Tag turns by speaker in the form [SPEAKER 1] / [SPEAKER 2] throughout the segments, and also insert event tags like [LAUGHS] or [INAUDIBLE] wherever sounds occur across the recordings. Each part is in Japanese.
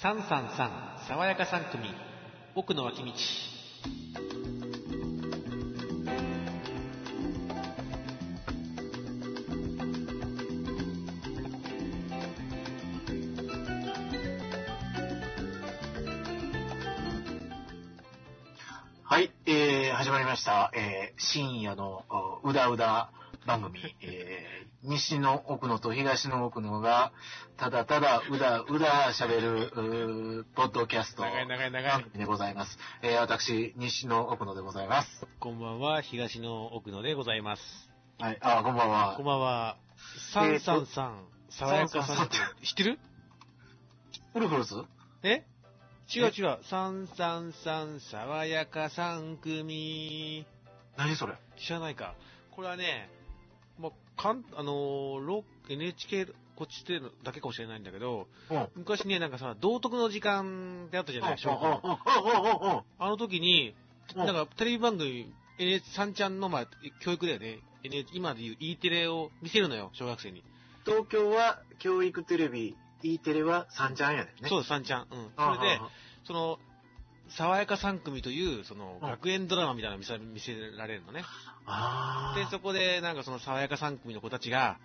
[SPEAKER 1] 三三三爽やか三組奥の脇道
[SPEAKER 2] はい、えー、始まりました。えー、深夜のおうだうだ番組、えー、西の奥野と東の奥野が、ただただうだうだ喋る、うーポッドキャスト
[SPEAKER 1] 長い
[SPEAKER 2] 番
[SPEAKER 1] 長い長い
[SPEAKER 2] 組でございます。えー、私、西の奥野でございます。
[SPEAKER 1] こんばんは東の奥野でございます
[SPEAKER 2] はい、あ、こんばんは
[SPEAKER 1] こん。ばんは三
[SPEAKER 2] えー
[SPEAKER 1] 三
[SPEAKER 2] と
[SPEAKER 1] 三爽やか三組知ってる
[SPEAKER 2] ウルフルズ
[SPEAKER 1] え違う違う三三三爽やか三組
[SPEAKER 2] 何それ
[SPEAKER 1] 知らないかこれはねまあかんあのーロ NHK こっちでだけかもしれないんだけど
[SPEAKER 2] うん。うん、
[SPEAKER 1] 昔ねなんかさ道徳の時間ってあったじゃない小学校の
[SPEAKER 2] うん、うん、うん、うん、
[SPEAKER 1] あの時に、
[SPEAKER 2] うん
[SPEAKER 1] なんかテレビ番組、NH3 ちゃんの、まあ、教育だよね。NH 今でいう E テレを見せるのよ、小学生に。
[SPEAKER 2] 東京は教育テレビ、E テレは三ちゃんやねんね。。
[SPEAKER 1] そううです、3ちゃん。うん。
[SPEAKER 2] あ
[SPEAKER 1] それで
[SPEAKER 2] あ、
[SPEAKER 1] その、爽やか3組という、その、
[SPEAKER 2] うん
[SPEAKER 1] 学園ドラマみたいなのを見せ見せられるのね。
[SPEAKER 2] あ
[SPEAKER 1] で、そこで、なんかその爽やか3組の子たちが、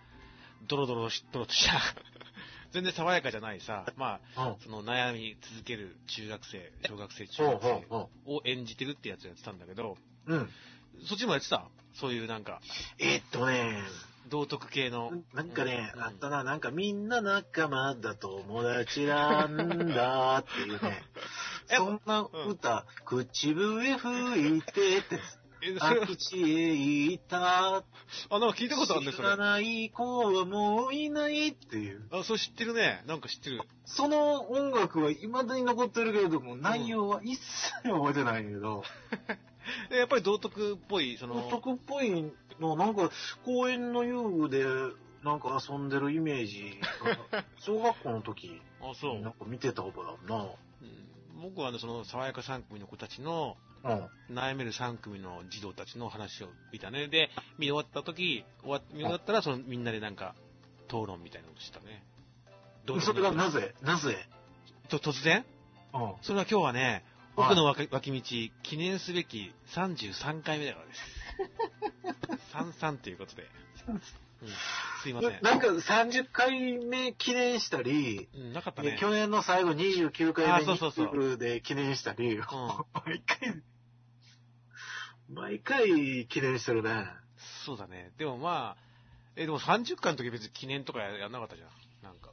[SPEAKER 1] ドロドロし、ドロとした、 [LAUGHS] 全然爽やかじゃないさ、まあ、
[SPEAKER 2] あ。
[SPEAKER 1] その悩み続ける中学生、小学生、中
[SPEAKER 2] うん。
[SPEAKER 1] 学
[SPEAKER 2] ほ
[SPEAKER 1] 生
[SPEAKER 2] うほうほ
[SPEAKER 1] を演じてるってやつやってたんだけど、
[SPEAKER 2] う。うん。
[SPEAKER 1] そっちもやってたそういうなんか、
[SPEAKER 2] えーっとね、
[SPEAKER 1] 道徳系の。
[SPEAKER 2] ななんかね、
[SPEAKER 1] うん。
[SPEAKER 2] あったな、なんかみんな仲間だ友達なんだっていうね
[SPEAKER 1] [LAUGHS] やっぱ
[SPEAKER 2] そんな歌、口笛吹
[SPEAKER 1] [LAUGHS]
[SPEAKER 2] いてって、
[SPEAKER 1] え、それ
[SPEAKER 2] あ、口へ行った、
[SPEAKER 1] あ、なんか聞いたことあるね、
[SPEAKER 2] 知
[SPEAKER 1] それ
[SPEAKER 2] ら。ない子はもういないっていう。
[SPEAKER 1] あ、それ知ってるね。なんか知ってる。
[SPEAKER 2] その音楽は未だに残ってるけれども、内容は一切覚えてないけど、
[SPEAKER 1] えやっぱり道徳っぽい、そ
[SPEAKER 2] 独
[SPEAKER 1] の、
[SPEAKER 2] 特っぽいの、なんか公園の遊具で、なんか遊んでるイメージ
[SPEAKER 1] [LAUGHS]
[SPEAKER 2] が、小学校の時、
[SPEAKER 1] あ、そう。う
[SPEAKER 2] なんか見てた覚えあ
[SPEAKER 1] ん僕はね、その、爽やか3組の子たちの、
[SPEAKER 2] るな。うん。
[SPEAKER 1] 悩める3組の児童たちの話を見たね。で、見終わった時、終わ見終わったら、その、みんなでなんか、討論みたいなことしたね。どう
[SPEAKER 2] それがなぜなぜ
[SPEAKER 1] と、突然
[SPEAKER 2] うん。
[SPEAKER 1] それは今日はね、
[SPEAKER 2] はい
[SPEAKER 1] 奥の脇脇道、記念すべき33回目だから
[SPEAKER 2] [LAUGHS]
[SPEAKER 1] です。33ということで。うん、すいません。
[SPEAKER 2] なんか30回目記念したり、
[SPEAKER 1] うん、なかったね。
[SPEAKER 2] 去年の最後29
[SPEAKER 1] あ
[SPEAKER 2] 回目
[SPEAKER 1] そう
[SPEAKER 2] に
[SPEAKER 1] そうそう
[SPEAKER 2] フルで記念したり、
[SPEAKER 1] ん
[SPEAKER 2] 毎回、毎回記念してるね。
[SPEAKER 1] そうだね。でもまあ、え、でも30回の時別に記念とかやんなかったじゃん。なんか、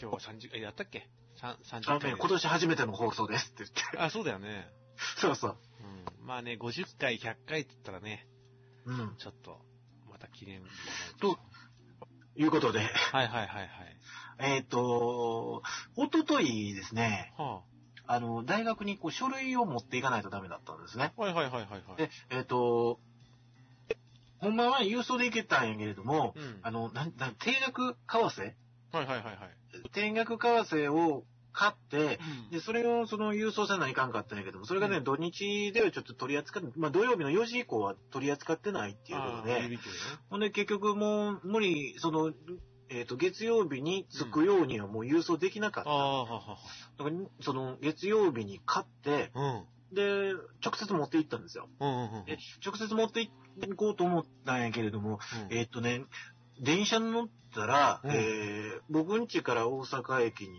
[SPEAKER 1] 今日は30、え、やったっけさん ?30
[SPEAKER 2] あ
[SPEAKER 1] 回
[SPEAKER 2] ね
[SPEAKER 1] 目。
[SPEAKER 2] 今年初めての放送ですって言って。
[SPEAKER 1] あ、そうだよね。
[SPEAKER 2] そうそう。
[SPEAKER 1] うん。まあね、50回、100回って言ったらね、
[SPEAKER 2] うん。
[SPEAKER 1] ちょっと、また記念。
[SPEAKER 2] ということで、
[SPEAKER 1] はいはいはいはい。
[SPEAKER 2] えっ、と、おとといですね、
[SPEAKER 1] は
[SPEAKER 2] あの、大学にこう書類を持っていかないとダメだったんですね。
[SPEAKER 1] あ。はいはいはいはいはい。
[SPEAKER 2] で、えっ、と、ほんまは郵送で行けたんやけれども、
[SPEAKER 1] うん。
[SPEAKER 2] あの、なん、なん、定額為替
[SPEAKER 1] はいはいはいはい。
[SPEAKER 2] 定額為替を買って、
[SPEAKER 1] うん
[SPEAKER 2] で、それをその郵送せないかんかったんやけども、それがね、
[SPEAKER 1] うん
[SPEAKER 2] 土日ではちょっと取り扱って、まあ土曜日の4時以降は取り扱ってないっていう
[SPEAKER 1] あ
[SPEAKER 2] こ
[SPEAKER 1] あ
[SPEAKER 2] とで、
[SPEAKER 1] 指切りね
[SPEAKER 2] ほんで結局もう無理、その、えっ、と、月曜日に着くようにはもう郵送できなかった。
[SPEAKER 1] ああ、はは
[SPEAKER 2] だからその、月曜日に買って、
[SPEAKER 1] は。
[SPEAKER 2] で、直接持って行ったんですよ。
[SPEAKER 1] うん。うんうんうん。
[SPEAKER 2] で、直接持って行こうと思ったんやけれども、
[SPEAKER 1] うん
[SPEAKER 2] えっとね、電車に乗ったら、
[SPEAKER 1] うん
[SPEAKER 2] えー僕ん家から大阪駅に、え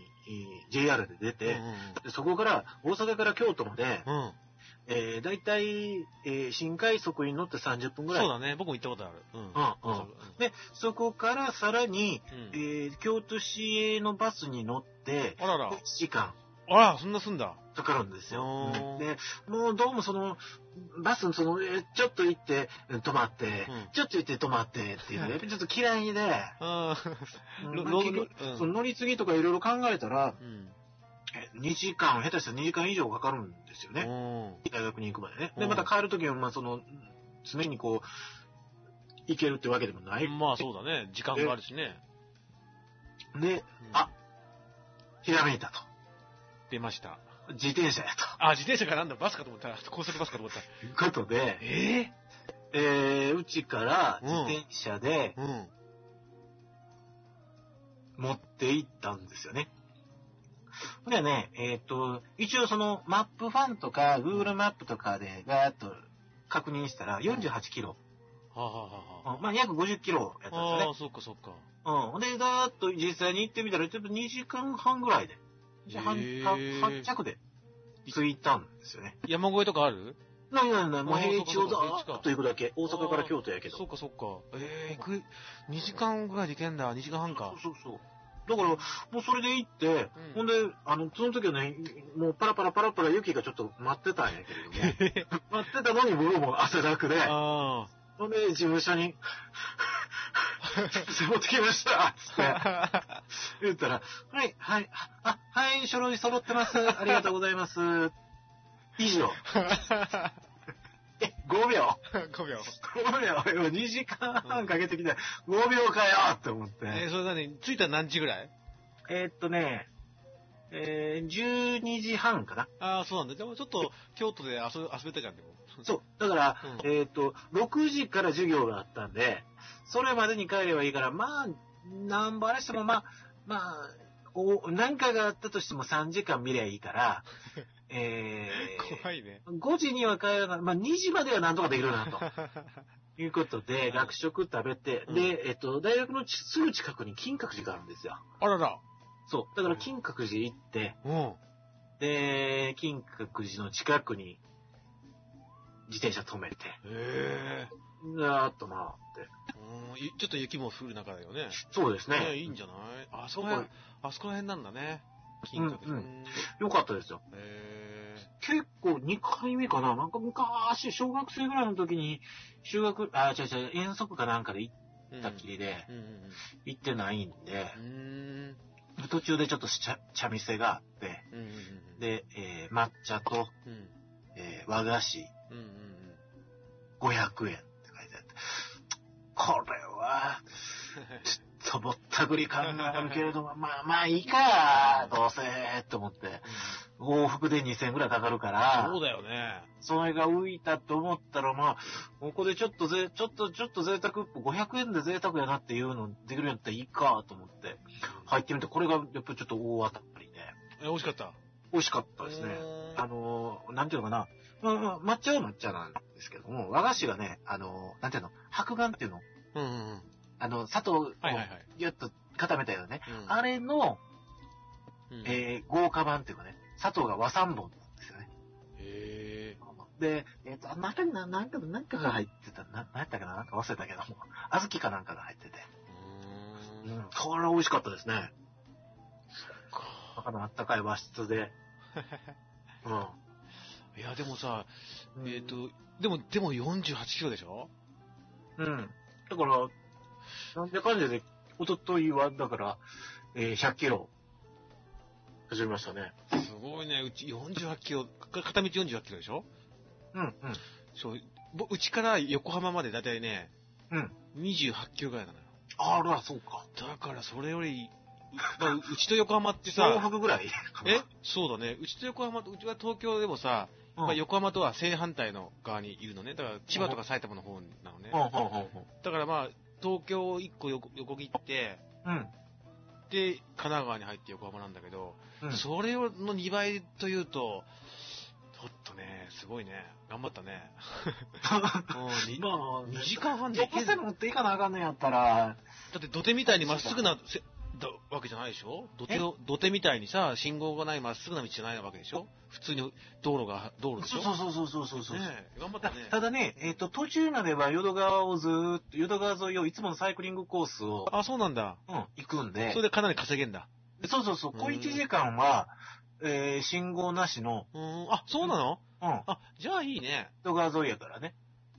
[SPEAKER 2] ー JR で出て、
[SPEAKER 1] うんうん
[SPEAKER 2] でそこから、大阪から京都まで、
[SPEAKER 1] うんうん。
[SPEAKER 2] えー、だいたい、えー新快速に乗って30分
[SPEAKER 1] そ
[SPEAKER 2] ぐ
[SPEAKER 1] う
[SPEAKER 2] らい。
[SPEAKER 1] だね。僕も行ったことある。うん。
[SPEAKER 2] うんうんで、そこからさらに、
[SPEAKER 1] うん
[SPEAKER 2] えー京都市営のバスに乗って、
[SPEAKER 1] あらら
[SPEAKER 2] 1。時間
[SPEAKER 1] あら、そんなすんだ。
[SPEAKER 2] かかるんですよ。
[SPEAKER 1] おー
[SPEAKER 2] うんで、もうどうもその、バスのその、えーちょっと行って、止まって、
[SPEAKER 1] ん
[SPEAKER 2] ちょっと行って止まってっていうのが、やっぱりちょっと嫌いで、
[SPEAKER 1] あ
[SPEAKER 2] う
[SPEAKER 1] あ、
[SPEAKER 2] ん
[SPEAKER 1] ロ
[SPEAKER 2] まあ
[SPEAKER 1] ロ
[SPEAKER 2] 結局
[SPEAKER 1] ロ
[SPEAKER 2] その乗り継ぎとかいろいろ考えたら、
[SPEAKER 1] うん。
[SPEAKER 2] え2時間、下手したら2時間以上かかるんですよ
[SPEAKER 1] う
[SPEAKER 2] ね。
[SPEAKER 1] ん。
[SPEAKER 2] 大学に行くまでね。
[SPEAKER 1] う
[SPEAKER 2] で、
[SPEAKER 1] ん
[SPEAKER 2] また帰るときも、まあ、その、常にこう、行けるってわけでもない。
[SPEAKER 1] まあそうだね。時間があるしね。
[SPEAKER 2] で、
[SPEAKER 1] うん
[SPEAKER 2] あひらめいた
[SPEAKER 1] 出ました。
[SPEAKER 2] と。自転車や
[SPEAKER 1] あ、自転車かなんだ。バスかと思った。 [LAUGHS] 高速バスかと思った。
[SPEAKER 2] と。いうことで、
[SPEAKER 1] え
[SPEAKER 2] えー、うちから
[SPEAKER 1] うん
[SPEAKER 2] 自転車
[SPEAKER 1] え
[SPEAKER 2] で
[SPEAKER 1] うん。
[SPEAKER 2] 持って行ったんですよね。ほんでね、えーっと、一応そのマップファンとか、Google マップとかでガーッと確認したら48キロ。
[SPEAKER 1] はあ、はあはあ、
[SPEAKER 2] うんまあ、約50キロやったんですよ
[SPEAKER 1] あ
[SPEAKER 2] ね
[SPEAKER 1] あ、。そっかそっか。
[SPEAKER 2] うん。ほんで、ガーッと実際に行ってみたら、ちょっと2時間半ぐらいで、2時間
[SPEAKER 1] へ
[SPEAKER 2] 半
[SPEAKER 1] ー
[SPEAKER 2] は、8着で着いたんですよね。
[SPEAKER 1] 山越えとかある
[SPEAKER 2] ないないない、もう
[SPEAKER 1] あー
[SPEAKER 2] 平地を
[SPEAKER 1] そ
[SPEAKER 2] ざ
[SPEAKER 1] うかそうか
[SPEAKER 2] ーっと行くだけ。大阪から京都やけど。
[SPEAKER 1] そっかそっか。ええー、行く、2時間ぐらいで行けんだ。2時間半か。
[SPEAKER 2] そうそうそう。だから、もうそれで行って、
[SPEAKER 1] うん
[SPEAKER 2] ほんで、あの、その時はね、もうパラパラパラパラ雪がちょっと待ってたんやけれど [LAUGHS] も、待ってたのに僕も汗だくで、
[SPEAKER 1] あ
[SPEAKER 2] ほんで、事務所 [LAUGHS] に、持ってきましたつって
[SPEAKER 1] あ。
[SPEAKER 2] 言ったら、はい、はい、あ、はい、書類揃ってます。ありがとうございます。以上。
[SPEAKER 1] [LAUGHS]
[SPEAKER 2] え、5秒。
[SPEAKER 1] 5秒。
[SPEAKER 2] 5秒。2時間半かけてきた。5秒かよって思って。
[SPEAKER 1] えー、それ何着いたら何時ぐらい
[SPEAKER 2] えーっとね、えー、12時半かな。
[SPEAKER 1] ああ、そうなんだ。でもちょっと、京都で遊遊べたじゃん、でも。
[SPEAKER 2] そう。だから、
[SPEAKER 1] うん
[SPEAKER 2] えーっと、6時から授業があったんで、それまでに帰ればいいから、まあ、ナンバーしても、まあ、まあ、お何かがあったとしても3時間見りゃい
[SPEAKER 1] [LAUGHS]
[SPEAKER 2] いから、え
[SPEAKER 1] 怖いね。
[SPEAKER 2] ー、5時には帰らない、まあ2時まではなんとかできるな、ということで、
[SPEAKER 1] うん
[SPEAKER 2] 学食食べて、
[SPEAKER 1] うん
[SPEAKER 2] で、えーっと、大学のちすぐ近くに金閣寺があるんですよ。
[SPEAKER 1] あらら。
[SPEAKER 2] そう。だから金閣寺行って、
[SPEAKER 1] うん。
[SPEAKER 2] で、金閣寺の近くに自転車止めて、
[SPEAKER 1] ええ
[SPEAKER 2] ガーッと回って。
[SPEAKER 1] うんゆちょっと雪も降る中だよね。
[SPEAKER 2] そうです
[SPEAKER 1] ね
[SPEAKER 2] ね。
[SPEAKER 1] いいんじゃないあそ
[SPEAKER 2] そ
[SPEAKER 1] こ
[SPEAKER 2] こ
[SPEAKER 1] ら、あそこら辺なんだね。金閣寺。
[SPEAKER 2] うんうん
[SPEAKER 1] ん
[SPEAKER 2] よかったですよ。
[SPEAKER 1] え
[SPEAKER 2] 結構2回目かななんか昔、小学生ぐらいの時に、修学、あ、違う違う、遠足かなんかで行
[SPEAKER 1] え
[SPEAKER 2] ったっきりで、
[SPEAKER 1] うんうん
[SPEAKER 2] 行ってないんで、
[SPEAKER 1] うんうん。
[SPEAKER 2] 途中でちょっとし茶茶店があって、
[SPEAKER 1] うんうんうん。、
[SPEAKER 2] で、えー抹茶と、
[SPEAKER 1] うん
[SPEAKER 2] えー和菓子
[SPEAKER 1] うんうんうん。
[SPEAKER 2] 500円って書いてあって、これは、ちょっとぼったくり感があるけれども、まあまあいいか、どうせ、と思って。往復で2000円ぐらいかかるから
[SPEAKER 1] そう、だよね。
[SPEAKER 2] それが浮いたと思ったら、まあ、ここでちょっとぜ、ちょっと、ちょっと贅沢、500円で贅沢やなっていうのできるんやったらいいか、と思って。入ってみて、これがやっぱりちょっと大当たりで、
[SPEAKER 1] え、美味しかった。
[SPEAKER 2] 美味しかったですね。
[SPEAKER 1] うーん
[SPEAKER 2] あのー、なんていうのかな、まあまあ、抹茶は抹茶なんですけども、和菓子がね、あのー、なんていうの、白眼っていうの、
[SPEAKER 1] うんうんうん。
[SPEAKER 2] あの、砂糖を
[SPEAKER 1] はいはいはい。
[SPEAKER 2] ぎゅっと固めたよね。
[SPEAKER 1] うん
[SPEAKER 2] あれの、
[SPEAKER 1] うん
[SPEAKER 2] えー豪華版っていうかね、佐藤が和三本なんですよね。
[SPEAKER 1] へえ。
[SPEAKER 2] で、えっ、と、あ中にな、なんか、なんかが入ってた、な、なんやったかななんか忘れたけども、小豆かなんかが入ってて。
[SPEAKER 1] う
[SPEAKER 2] う
[SPEAKER 1] ーん。
[SPEAKER 2] ん、これは美味しかったですね。
[SPEAKER 1] か
[SPEAKER 2] 中のあったかい和
[SPEAKER 1] [LAUGHS]
[SPEAKER 2] 室で。うん。
[SPEAKER 1] いや、でもさ、
[SPEAKER 2] うん
[SPEAKER 1] えっ、、と、でも、でも48キロでしょ
[SPEAKER 2] うん。だから、なんでかんでで、おとといは、だから、えー100キロ、走りましたね。
[SPEAKER 1] すごいね。うち48キロ、か片道48キロでしょ
[SPEAKER 2] うん、うん。
[SPEAKER 1] そう、ぼうちから横浜までだいたいね、
[SPEAKER 2] うん。
[SPEAKER 1] 28キロぐらいなのよ。
[SPEAKER 2] あら、そうか。
[SPEAKER 1] だからそれより、うまあ、ううちと横浜って
[SPEAKER 2] 4
[SPEAKER 1] さ、
[SPEAKER 2] 泊ぐらい。
[SPEAKER 1] えそうだね。うちと横浜と、うちは東京でもさ、
[SPEAKER 2] うん、
[SPEAKER 1] まあ、
[SPEAKER 2] うん、
[SPEAKER 1] 横浜とは正反対の側にいるのね。だから千葉とか埼玉の方なのね。
[SPEAKER 2] うん、
[SPEAKER 1] だからまあ、東京を1個横横切って、
[SPEAKER 2] うん。うん。
[SPEAKER 1] で、神奈川に入って横浜なんだけど、
[SPEAKER 2] うん
[SPEAKER 1] それをの2倍というと、ちょっとね、すごいね。頑張ったね。うんに
[SPEAKER 2] ま [LAUGHS] あ、
[SPEAKER 1] 2時間半で
[SPEAKER 2] [LAUGHS] ど
[SPEAKER 1] 行け
[SPEAKER 2] こ
[SPEAKER 1] る
[SPEAKER 2] せ
[SPEAKER 1] だ
[SPEAKER 2] 持っていかなあかんねんやったら、
[SPEAKER 1] って土手みたいにまっすぐなせだわけじゃないでしょ土手を土手みたいにさ、信号がないまっすぐな道じゃないわけでしょ普通に道路が、道路でし
[SPEAKER 2] そ
[SPEAKER 1] ょ
[SPEAKER 2] うそうそうそうそうそう。
[SPEAKER 1] ねえ頑張った
[SPEAKER 2] た
[SPEAKER 1] ね。
[SPEAKER 2] ただね、えっ、と、途中までは淀川をずーっと、淀川沿いをいつものサイクリングコースを、
[SPEAKER 1] あ、そうなんだ。
[SPEAKER 2] うん、行くんで
[SPEAKER 1] それ、でかなり稼げんだ。
[SPEAKER 2] そうそうそう、
[SPEAKER 1] うん
[SPEAKER 2] 小1時間は、えー信号なしの、
[SPEAKER 1] うーん、あ、そうなの
[SPEAKER 2] うん、
[SPEAKER 1] あ、じゃあいいね。
[SPEAKER 2] 淀川沿いやからね。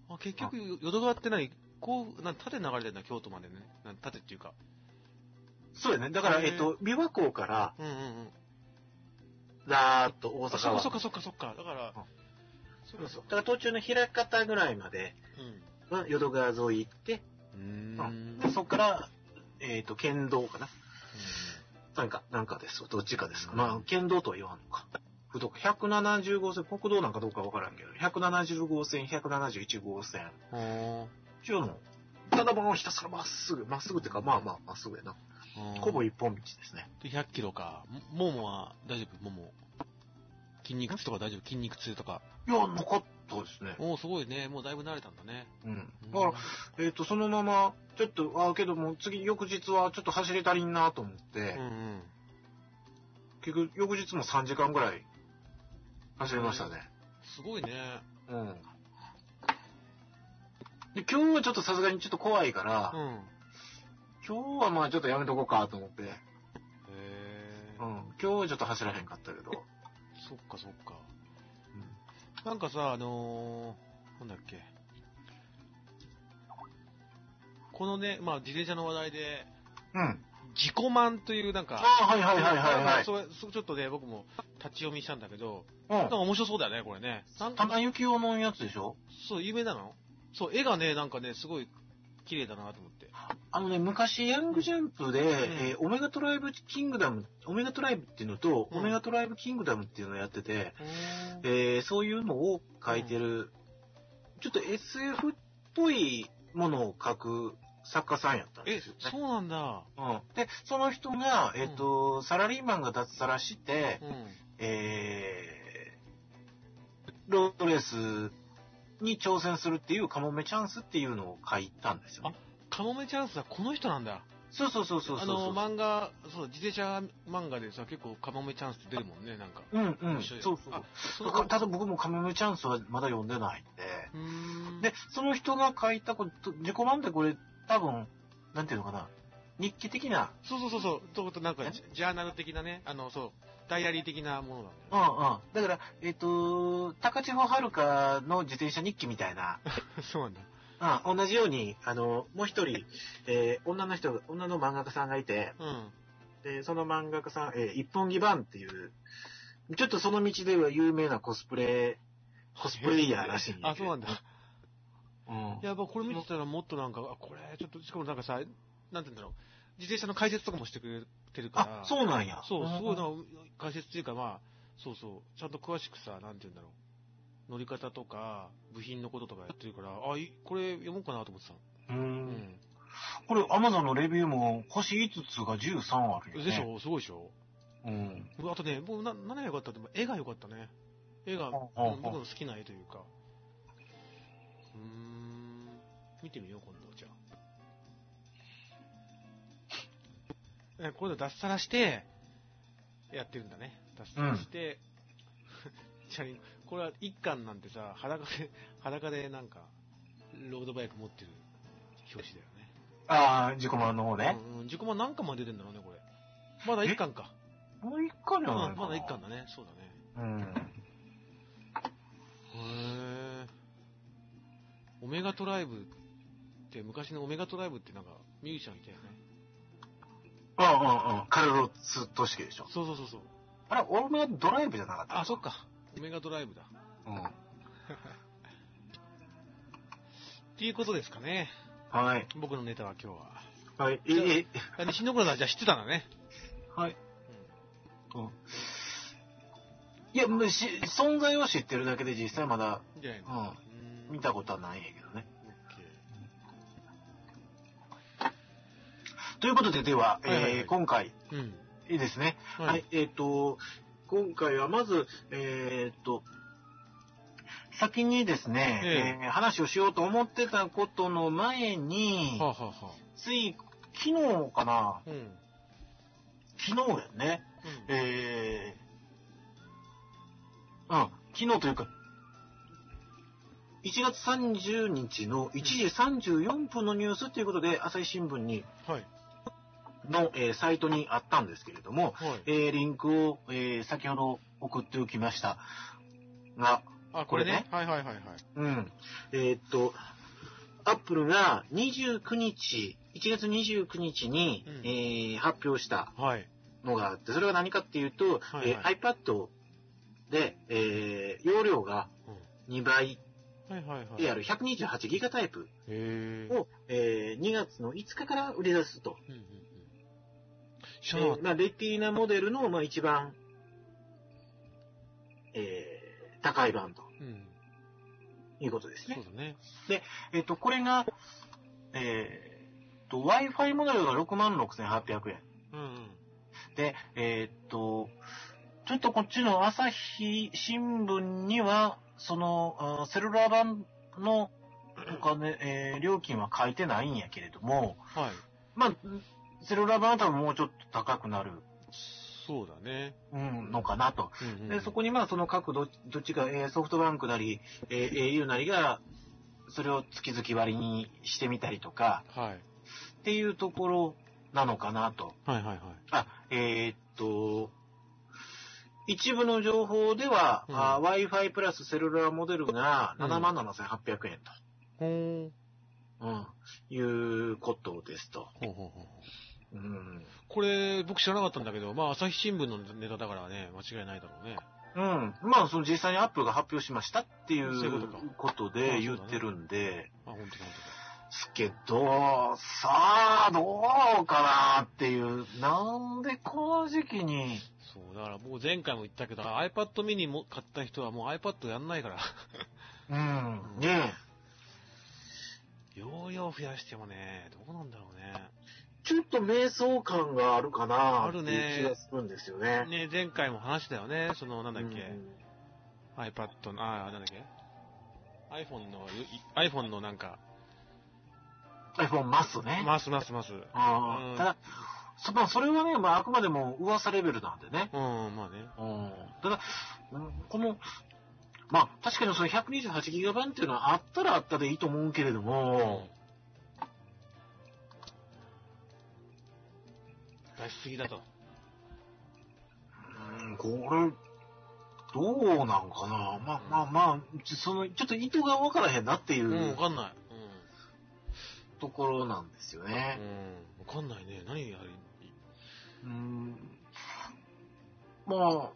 [SPEAKER 1] あ結局、よ淀川って何こう、なん縦流れてるんだ、京都までね。なん縦っていうか。
[SPEAKER 2] そうやね。だから、
[SPEAKER 1] へー
[SPEAKER 2] えっ、と、琵琶湖から、
[SPEAKER 1] うんうんうん。
[SPEAKER 2] ざーっと大
[SPEAKER 1] あ、そっ
[SPEAKER 2] 阪
[SPEAKER 1] か
[SPEAKER 2] は。
[SPEAKER 1] そっかそっかそっか。だから、そ
[SPEAKER 2] そうう
[SPEAKER 1] か
[SPEAKER 2] そうだから途中の枚方ぐらいまで、
[SPEAKER 1] うん。
[SPEAKER 2] は淀川沿い行って、
[SPEAKER 1] う
[SPEAKER 2] う
[SPEAKER 1] ーん
[SPEAKER 2] ん、でそっから、えっ、と、県道かな。なんか、なんかです。どっちかです。まあ、県道とは言わんのか。不動170号線、国道なんかどうかわからんけど、170号線、171号線。
[SPEAKER 1] うん。
[SPEAKER 2] 一応の、ただまあひたすらまっすぐ、まっすぐっていうか、まあまあまっすぐやな。
[SPEAKER 1] ううん
[SPEAKER 2] ほぼ一本道ですね。
[SPEAKER 1] で100キロか。ももは大丈夫もも。筋肉痛とか大丈夫筋肉痛とか。
[SPEAKER 2] いや、なかったですね。
[SPEAKER 1] おお、すごいね。もうだいぶ慣れたんだね。
[SPEAKER 2] うん
[SPEAKER 1] う。ん
[SPEAKER 2] だから、えっ、と、そのまま、ちょっと、あーけども、次、翌日はちょっと走り足りんなと思って、
[SPEAKER 1] うんうん。
[SPEAKER 2] 結局、翌日も3時間ぐらい走りましたね。
[SPEAKER 1] すごいね。
[SPEAKER 2] うん。で、今日はちょっとさすがにちょっと怖いから、
[SPEAKER 1] うん。へ
[SPEAKER 2] 今日はまあちょっとやめとこうかと思って、うん。
[SPEAKER 1] え。
[SPEAKER 2] 今日はちょっと走らへんかったけど、
[SPEAKER 1] そっかそっか。なんかさ、あのー、なんだっけ。このね、まあ自転車の話題で、
[SPEAKER 2] うん。うん。
[SPEAKER 1] 自己満というなん
[SPEAKER 2] あ
[SPEAKER 1] か、
[SPEAKER 2] あ、はいはいはいはい
[SPEAKER 1] ま
[SPEAKER 2] は
[SPEAKER 1] あ
[SPEAKER 2] い。
[SPEAKER 1] それそれちょっとね、僕も立ち読みしたんだけど、なん
[SPEAKER 2] う
[SPEAKER 1] か
[SPEAKER 2] ん。
[SPEAKER 1] 面白そうだよね、これね。なんか
[SPEAKER 2] 玉幸雄のやつでしょ
[SPEAKER 1] そう、有名なのそう、絵がね、なんかね、すごい綺麗だなと思って。
[SPEAKER 2] あのね、昔、ヤングジャンプで、えーオメガトライブキングダム、オメガトライブっていうのと、
[SPEAKER 1] うん
[SPEAKER 2] オメガトライブキングダムっていうのをやってて、
[SPEAKER 1] へー
[SPEAKER 2] えーそういうのを書いてる、ちょっと SF っぽいものを書く作家さんやったんで
[SPEAKER 1] え
[SPEAKER 2] すよ、ね。
[SPEAKER 1] そうなんだ。
[SPEAKER 2] うん、で、その人が、えっ、と、サラリーマンが脱サラして
[SPEAKER 1] う、ん。
[SPEAKER 2] えー、ロードレースに挑戦するっていうカモメチャンスっていうのを書いたんですよ、ね。
[SPEAKER 1] カモメチャンスはこの人なんだ。
[SPEAKER 2] そうそうそうそうそう
[SPEAKER 1] あの、漫画、そう、自転車漫画でさ、結構カモメチャンスって出るもんね、なんか。
[SPEAKER 2] うんうん、
[SPEAKER 1] 一緒
[SPEAKER 2] そう
[SPEAKER 1] や
[SPEAKER 2] そう。
[SPEAKER 1] あそ
[SPEAKER 2] だ
[SPEAKER 1] う
[SPEAKER 2] からただ僕もカモメチャンスはまだ読んでないん
[SPEAKER 1] うーん
[SPEAKER 2] で。で、その人が書いたこと、自己満ってこれ多分、なんていうのかな、日記的な、
[SPEAKER 1] そうそうそうそう、とことなんか
[SPEAKER 2] え
[SPEAKER 1] ジャジャーナル的なね、あの、そう、ダイアリー的なものなん
[SPEAKER 2] う
[SPEAKER 1] だ
[SPEAKER 2] んう
[SPEAKER 1] よ
[SPEAKER 2] ん
[SPEAKER 1] ね。。
[SPEAKER 2] だから、えっ、と、高千穂遥の自転車日記みたい
[SPEAKER 1] [LAUGHS]
[SPEAKER 2] な、
[SPEAKER 1] そうなんだ。
[SPEAKER 2] うん、同じように、あの、もう一人、えー女の人が、女の漫画家さんがいて、
[SPEAKER 1] うん。
[SPEAKER 2] で、その漫画家さん、えー一本木バンっていう、ちょっとその道では有名なコスプレ、コスプレイヤーらしいんや
[SPEAKER 1] あ、
[SPEAKER 2] け
[SPEAKER 1] そうな
[SPEAKER 2] ど
[SPEAKER 1] んだ。
[SPEAKER 2] うん
[SPEAKER 1] い [LAUGHS] や、まあこれ見てたらもっとなんか、あ、これ、ちょっと、しかもなんかさ、なんて言うんだろう、自転車の解説とかもしてくれてるから、
[SPEAKER 2] あ、そうなんや。
[SPEAKER 1] そう、すごいな
[SPEAKER 2] うん。、
[SPEAKER 1] 解説っていうか、まあ、そうそう、ちゃんと詳しくさ、なんて言うんだろう、乗り方とか、部品のこととかやってるから、あ、いこれ読もうかなと思ってたの。
[SPEAKER 2] うんこれ、アマゾンのレビューも、星5つが13ある
[SPEAKER 1] う
[SPEAKER 2] よ
[SPEAKER 1] ん。で
[SPEAKER 2] ね。
[SPEAKER 1] しょすごいでしょ
[SPEAKER 2] うん。
[SPEAKER 1] うわあとね、僕な、何が良かったって、絵が良かったね。絵が、うん
[SPEAKER 2] ほうほうほう
[SPEAKER 1] 僕の好きな絵というか。うーん。見てみよう、今度、じゃあ。え、こういうの脱サラして、やってるんだね。脱サラして、 [LAUGHS] チャリン、これは一巻なんてさ、裸で、裸でなんか、ロードバイク持ってる表紙だよね。
[SPEAKER 2] ああ、自己満の方ね。
[SPEAKER 1] うんうん、自己満何巻まで出てんだろうね、これ。まだ一巻か。
[SPEAKER 2] もう一巻じゃない
[SPEAKER 1] うん
[SPEAKER 2] かな
[SPEAKER 1] まだ一巻。だね、そうだね。
[SPEAKER 2] うん。
[SPEAKER 1] へえ。オメガトライブって、昔のオメガトライブってなんか、ミュージシャンいたよね。
[SPEAKER 2] うんうんうん。カルロス・トシキでしょ。
[SPEAKER 1] そうそうそうそう。
[SPEAKER 2] あれ、オーメガドライブじゃなかった
[SPEAKER 1] あ、そっか。オメガトライブだ。っ
[SPEAKER 2] うん。
[SPEAKER 1] ていうことですかね。
[SPEAKER 2] はい。
[SPEAKER 1] 僕のネタは今日は。
[SPEAKER 2] はい。
[SPEAKER 1] じゃあ
[SPEAKER 2] え、え、
[SPEAKER 1] あ西野黒さん、じゃあ知ってたんだね。
[SPEAKER 2] はい。うん。いや、もうし、存在を知ってるだけで実際まだ
[SPEAKER 1] うん。じゃないの。うーん
[SPEAKER 2] 見たことはないんやけどね。
[SPEAKER 1] オッケー
[SPEAKER 2] ということで、では、
[SPEAKER 1] はいはいはい
[SPEAKER 2] えー今回、
[SPEAKER 1] うん。
[SPEAKER 2] いいですね。
[SPEAKER 1] は
[SPEAKER 2] はいい。、えっ、と、今回はまず、えっ、と、先にですね、
[SPEAKER 1] え
[SPEAKER 2] えー話をしようと思ってたことの前に
[SPEAKER 1] はあ、はあはあ。
[SPEAKER 2] つい昨日かな、
[SPEAKER 1] うん。うん。
[SPEAKER 2] 昨日やね、えー、うん、昨日というか、1月30日の1時34分のニュースということで、朝日新聞に
[SPEAKER 1] はい。
[SPEAKER 2] の、えーサイトにあったんですけれども、
[SPEAKER 1] はい。
[SPEAKER 2] えーリンクを、えー先ほど送っておきましたが、
[SPEAKER 1] あ、これね。
[SPEAKER 2] こ
[SPEAKER 1] はいはいはいはい。
[SPEAKER 2] うん。えーっと、アップルが29日、1月29日に、
[SPEAKER 1] うん
[SPEAKER 2] えー発表した
[SPEAKER 1] はい。
[SPEAKER 2] のがあって、それが何かっていうと、
[SPEAKER 1] はいは
[SPEAKER 2] えー iPad で、えー容量が2倍
[SPEAKER 1] うん。はいはいはい。
[SPEAKER 2] で
[SPEAKER 1] へ
[SPEAKER 2] ある128ギガタイプ
[SPEAKER 1] え。
[SPEAKER 2] を、えー2月の5日から売り出すと。
[SPEAKER 1] うんうんうん。知
[SPEAKER 2] え
[SPEAKER 1] らなかっ
[SPEAKER 2] ーまあ、レティーナモデルの、まあ、一番、えー高い版と
[SPEAKER 1] た。うん。
[SPEAKER 2] いうことです
[SPEAKER 1] そ
[SPEAKER 2] ね
[SPEAKER 1] う。だね。
[SPEAKER 2] えっと、これが、えーっと、Wi-Fi モデルが66,800円。で、えーっと、ちょっとこっちの朝日新聞には、その、あセルラー版のお金、えー料金は書いてないんやけれども、
[SPEAKER 1] はい。
[SPEAKER 2] まあ、セルラー版は多分もうちょっと高くなる、
[SPEAKER 1] そうだね。
[SPEAKER 2] うん、のかなと。
[SPEAKER 1] うんうん
[SPEAKER 2] で、そこにまあ、その各ど、どっちか、えーソフトバンクなり、えー au なりが、それを月々割りにしてみたりとか、
[SPEAKER 1] はい。
[SPEAKER 2] っていうところなのかなと。
[SPEAKER 1] はいはいはい。
[SPEAKER 2] あ、えーっと、一部の情報では、
[SPEAKER 1] うん
[SPEAKER 2] あ Wi-Fi プラスセルラーモデルが
[SPEAKER 1] うん
[SPEAKER 2] 77,800円
[SPEAKER 1] ほー
[SPEAKER 2] と、うんいうことですと。
[SPEAKER 1] ほうほうほうほう。
[SPEAKER 2] うん。
[SPEAKER 1] これ、僕知らなかったんだけど、まあ、朝日新聞のネタだからね、間違いないだろうね。
[SPEAKER 2] うん。まあ、その実際にアップルが発表しましたってい
[SPEAKER 1] そういう
[SPEAKER 2] う
[SPEAKER 1] こ
[SPEAKER 2] こと
[SPEAKER 1] あ
[SPEAKER 2] で
[SPEAKER 1] そう
[SPEAKER 2] 言
[SPEAKER 1] だ
[SPEAKER 2] っ
[SPEAKER 1] ね
[SPEAKER 2] てるんで、
[SPEAKER 1] あ、本当だ
[SPEAKER 2] すけど、さあ、どうかなっていう、なんでこの時期に、
[SPEAKER 1] 本当だ。そう、だからもう前回も言ったけど、iPad mini も買った人はもう iPad やんないから、 [LAUGHS]
[SPEAKER 2] うん、ねえ、
[SPEAKER 1] 容量増やしてもね、どうなんだろうね。
[SPEAKER 2] ちょっと迷走感があるかな
[SPEAKER 1] あ
[SPEAKER 2] ってい
[SPEAKER 1] る
[SPEAKER 2] う
[SPEAKER 1] ね
[SPEAKER 2] 気がするんですよね。
[SPEAKER 1] ね、前回も話したよね、その、なんだっけ、
[SPEAKER 2] うん
[SPEAKER 1] iPad の、あー、なんだっけ iPhone の、い iPhone のなんか、
[SPEAKER 2] iPhone マスね。
[SPEAKER 1] 回す回す回す。うん、
[SPEAKER 2] あ
[SPEAKER 1] うん
[SPEAKER 2] ーただ、そまあ、それはね、まあ、あくまでも噂レベルなんでね。
[SPEAKER 1] まあね。
[SPEAKER 2] うん、ただ、うんこの、まあ、確かにその 128GB 版っていうのはあったらあったでいいと思うけれども、
[SPEAKER 1] 出しすぎだと。
[SPEAKER 2] うんこれ、どうなんかなまあまあまあ、ちその、ちょっと意図がわからへんなってい
[SPEAKER 1] うん、わ
[SPEAKER 2] う
[SPEAKER 1] かんない。うん。
[SPEAKER 2] ところなんですよね。
[SPEAKER 1] うん、わかんないね。何やる
[SPEAKER 2] うん。まあ、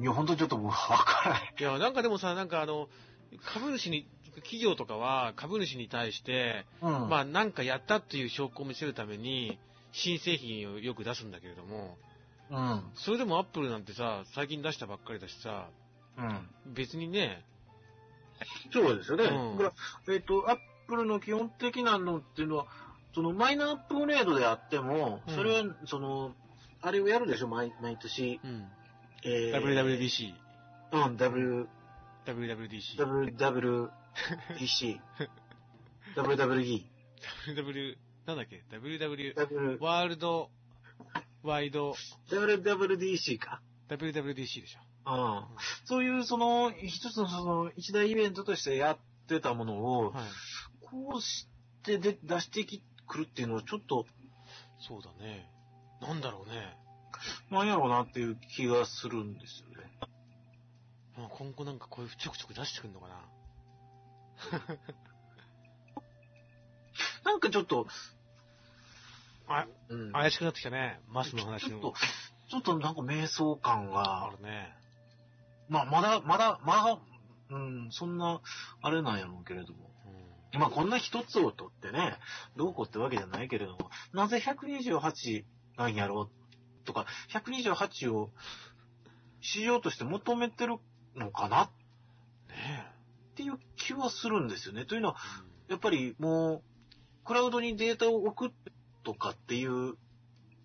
[SPEAKER 2] いや、ほんとちょっとわからへん。
[SPEAKER 1] いや、なんかでもさ、なんかあの、株主に、企業とかは株主に対して、
[SPEAKER 2] うん。
[SPEAKER 1] まあなんかやったっていう証拠を見せるために、新製品をよく出すんだけれども、
[SPEAKER 2] あ、
[SPEAKER 1] それでもアップルなんてさ、最近出したばっかりだしさ、
[SPEAKER 2] うん。うん。
[SPEAKER 1] 別にね、
[SPEAKER 2] そうですよね。
[SPEAKER 1] うん
[SPEAKER 2] だからえっ、と、アップルの基本的なのっていうのは、そのマイナーアップグレードであっても、
[SPEAKER 1] うん
[SPEAKER 2] それは、その、あれをやるでしょ、毎毎年。
[SPEAKER 1] うん、
[SPEAKER 2] えー
[SPEAKER 1] WWDC、
[SPEAKER 2] うん、W、
[SPEAKER 1] WWDC、
[SPEAKER 2] WWDC、WWE、
[SPEAKER 1] WW、なんだっけ、WW、
[SPEAKER 2] W
[SPEAKER 1] ワールド、ワイド、
[SPEAKER 2] WWDC か。
[SPEAKER 1] WWDC でしょ。
[SPEAKER 2] うん。そういう、その、一つのその、一大イベントとしてやってたものを、
[SPEAKER 1] はい。
[SPEAKER 2] こうしてで出してきくるっていうのは、ちょっと、
[SPEAKER 1] そうだね。なんだろうね。
[SPEAKER 2] なんやろうなっていう気がするんですよね。
[SPEAKER 1] まあ今後なんかこういうちょくちょく出してくんのかな。
[SPEAKER 2] なんかちょっと、
[SPEAKER 1] あ、
[SPEAKER 2] うん。
[SPEAKER 1] 怪しくなってきたね。マスの
[SPEAKER 2] ち
[SPEAKER 1] 話
[SPEAKER 2] ょっ
[SPEAKER 1] も
[SPEAKER 2] と。、ちょっとなんか瞑想感
[SPEAKER 1] あ
[SPEAKER 2] が、
[SPEAKER 1] るね。
[SPEAKER 2] まあ、まだ、まだ、まだ、うん、そんな、あれなんやろうけれども。
[SPEAKER 1] うん
[SPEAKER 2] まあこんな一つを取ってね、どうこうってわけじゃないけれども、なぜ128なんやろうとか、128を市場として求めてるのかなっ
[SPEAKER 1] ね
[SPEAKER 2] ていう気はするんですよね。というのは、
[SPEAKER 1] え。
[SPEAKER 2] やっぱりもう、クラウドにデータを置くとかっていう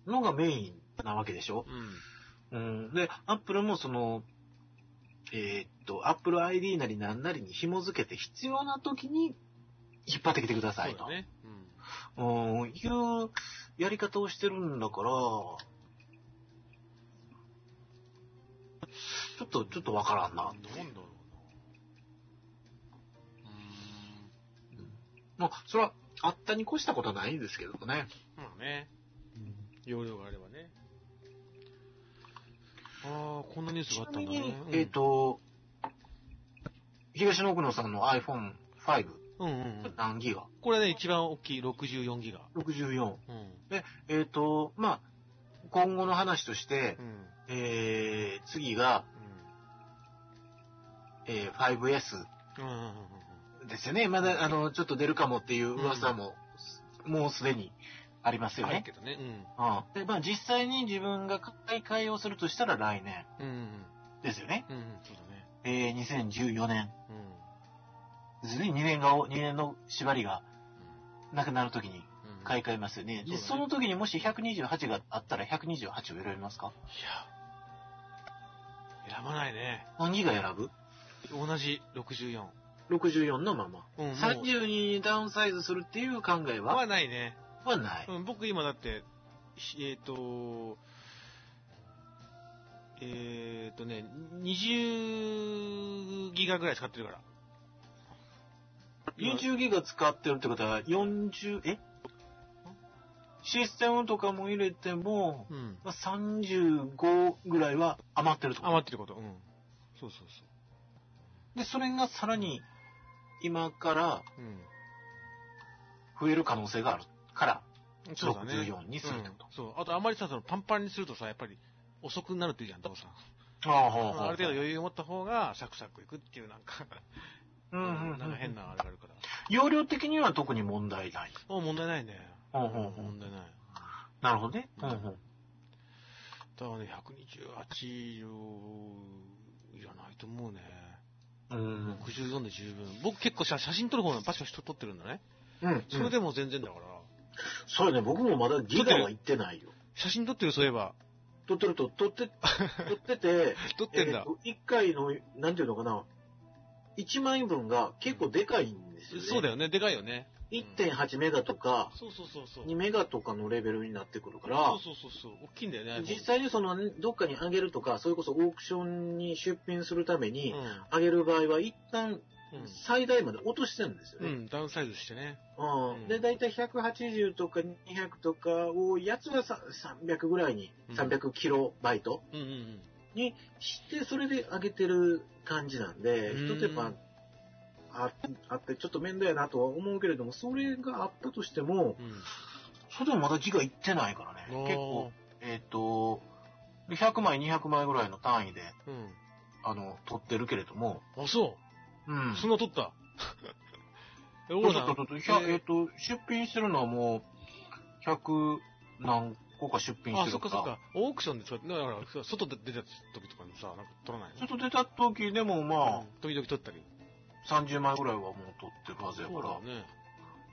[SPEAKER 2] のがメインなわけでしょ。
[SPEAKER 1] うん。
[SPEAKER 2] うん、で、アップルもその、えーっと、Apple ID なりなんなりに紐付けて必要な時に引っ張ってきてくださ
[SPEAKER 1] そ
[SPEAKER 2] いうと。
[SPEAKER 1] だね。うん。
[SPEAKER 2] うん、いうやり方をしてるんだから、ちょっと、ちょっとわからんな
[SPEAKER 1] な。んだろうな。う
[SPEAKER 2] まあ、それは、あったに越したことはないんですけどね。
[SPEAKER 1] ーん。まあね。容量があればね。ああ、こんなニュース
[SPEAKER 2] ち
[SPEAKER 1] があ
[SPEAKER 2] な
[SPEAKER 1] ったん
[SPEAKER 2] み
[SPEAKER 1] だね
[SPEAKER 2] に。、
[SPEAKER 1] うん
[SPEAKER 2] えっ、、と、東野奥野さんの iPhone5、
[SPEAKER 1] うんうんうん。
[SPEAKER 2] 何ギガ
[SPEAKER 1] これね、一番大きい64ギガ。
[SPEAKER 2] ?64。
[SPEAKER 1] うん。
[SPEAKER 2] えっ、と、まあ、今後の話として
[SPEAKER 1] う、ん。
[SPEAKER 2] えー、次が、えー、5S
[SPEAKER 1] うん。うんうんうんうん。
[SPEAKER 2] ですよね。まだ、あの、ちょっと出るかもっていう噂も、もうすでにありますよ
[SPEAKER 1] ある
[SPEAKER 2] ね。
[SPEAKER 1] けどね。うん。
[SPEAKER 2] うん。で、まあ実際に自分が買い替えをするとしたら来年
[SPEAKER 1] うん
[SPEAKER 2] ですよね。
[SPEAKER 1] うんうん。うんうん、そうだね。
[SPEAKER 2] えー、2014年
[SPEAKER 1] うん。
[SPEAKER 2] ですね。2年が、2年の縛りが
[SPEAKER 1] う
[SPEAKER 2] なくなるときに
[SPEAKER 1] ん。うん。
[SPEAKER 2] 買い替えますよね。
[SPEAKER 1] そうだ
[SPEAKER 2] で、
[SPEAKER 1] ね
[SPEAKER 2] その時にもし128があったら128を選びますか
[SPEAKER 1] いや、選ばないね。
[SPEAKER 2] 何が選ぶ
[SPEAKER 1] 同じ64。
[SPEAKER 2] ?64 のまま。
[SPEAKER 1] うん、もう
[SPEAKER 2] 32にダウンサイズするっていう考えは
[SPEAKER 1] はないね。
[SPEAKER 2] はない。
[SPEAKER 1] うん、僕今だって、ひえっ、と、えっ、とね、20ギガぐらい使ってるから。今
[SPEAKER 2] 20ギガ使ってるってことは40、えシステムとかも入れても、
[SPEAKER 1] うん。
[SPEAKER 2] まあ35ぐらいは余ってるってこと
[SPEAKER 1] 余ってること。うん。そうそう
[SPEAKER 2] で、それがさらに今から
[SPEAKER 1] そう。うん。
[SPEAKER 2] 増える可能性があるから、
[SPEAKER 1] そうだね。
[SPEAKER 2] 64にするってこと
[SPEAKER 1] うんそう。あとあんまりさ、そのパンパンにするとさ、やっぱり遅くなるっていうじゃん、父さん。
[SPEAKER 2] ああ、ほう
[SPEAKER 1] ある程度余裕を持った方がサクサクいくっていうなんか、
[SPEAKER 2] うんうんうん
[SPEAKER 1] なんか変なあれがあるから。
[SPEAKER 2] 容量的には特に問題ない。
[SPEAKER 1] もう問題ないね。
[SPEAKER 2] ほうほうほう
[SPEAKER 1] 問題ない。
[SPEAKER 2] なるほどね。
[SPEAKER 1] うん
[SPEAKER 2] ほう
[SPEAKER 1] だからね、128いらないと思うね。
[SPEAKER 2] うん
[SPEAKER 1] 64で十分。僕結構写写真撮る方の場所人撮ってるんだね。
[SPEAKER 2] うん。
[SPEAKER 1] それでも全然だから。
[SPEAKER 2] そうね、僕もまだギガは行ってないよ。
[SPEAKER 1] 写真撮ってるそういえば。
[SPEAKER 2] 撮ってると、
[SPEAKER 1] [LAUGHS]
[SPEAKER 2] 撮って、撮ってて、
[SPEAKER 1] 撮ってん
[SPEAKER 2] えー
[SPEAKER 1] だ。
[SPEAKER 2] と一回の、なんていうのかな、1枚分が結構でかいんですよね。
[SPEAKER 1] そうだ
[SPEAKER 2] よ。
[SPEAKER 1] よね。でかいよね。
[SPEAKER 2] 1.8メガとか、
[SPEAKER 1] そうそうそうそう。
[SPEAKER 2] 2メガとかのレベルになってくるか
[SPEAKER 1] そ
[SPEAKER 2] ら
[SPEAKER 1] う、そうそうそう。大きいんだよね。
[SPEAKER 2] 実際にその、どっかにあげるとか、それこそオークションに出品するために、
[SPEAKER 1] う
[SPEAKER 2] あげる場合は一旦
[SPEAKER 1] ん。
[SPEAKER 2] 最大まで落としてるんですよ
[SPEAKER 1] うん。う
[SPEAKER 2] ね。
[SPEAKER 1] ん。ダウンサイズしてね。
[SPEAKER 2] うん
[SPEAKER 1] うん
[SPEAKER 2] で、だいたい180とか200とかを、やつはさ300ぐらいに、
[SPEAKER 1] うん
[SPEAKER 2] 300キロバイト
[SPEAKER 1] うんうんうん。
[SPEAKER 2] にして、それで上げてる感じなんで、
[SPEAKER 1] うん
[SPEAKER 2] 一手間ああって、ちょっと面倒やなとは思うけれども、それがあったとしても、
[SPEAKER 1] うん。
[SPEAKER 2] それでもまだ字がいってないからね。結構、えっ、と、100枚、200枚ぐらいの単位で、
[SPEAKER 1] あー。うん。
[SPEAKER 2] あの、取ってるけれども、
[SPEAKER 1] あ、そう。
[SPEAKER 2] うん。
[SPEAKER 1] そんな撮
[SPEAKER 2] [LAUGHS]
[SPEAKER 1] った。え、
[SPEAKER 2] そう
[SPEAKER 1] オー
[SPEAKER 2] そ
[SPEAKER 1] ナ
[SPEAKER 2] うそうそうひゃえっ、と、出品してるのはもう、100何個か出品し
[SPEAKER 1] あ、
[SPEAKER 2] て
[SPEAKER 1] そ
[SPEAKER 2] る
[SPEAKER 1] っ
[SPEAKER 2] か。
[SPEAKER 1] からそっか。オークションで使って、だから、外で出た時とかにさ、なんか撮らないの
[SPEAKER 2] ちょっと出た時でもまあ、
[SPEAKER 1] うん時々撮ったり。
[SPEAKER 2] 30枚ぐらいはもう取ってるはずや
[SPEAKER 1] そうだよ
[SPEAKER 2] か
[SPEAKER 1] ね。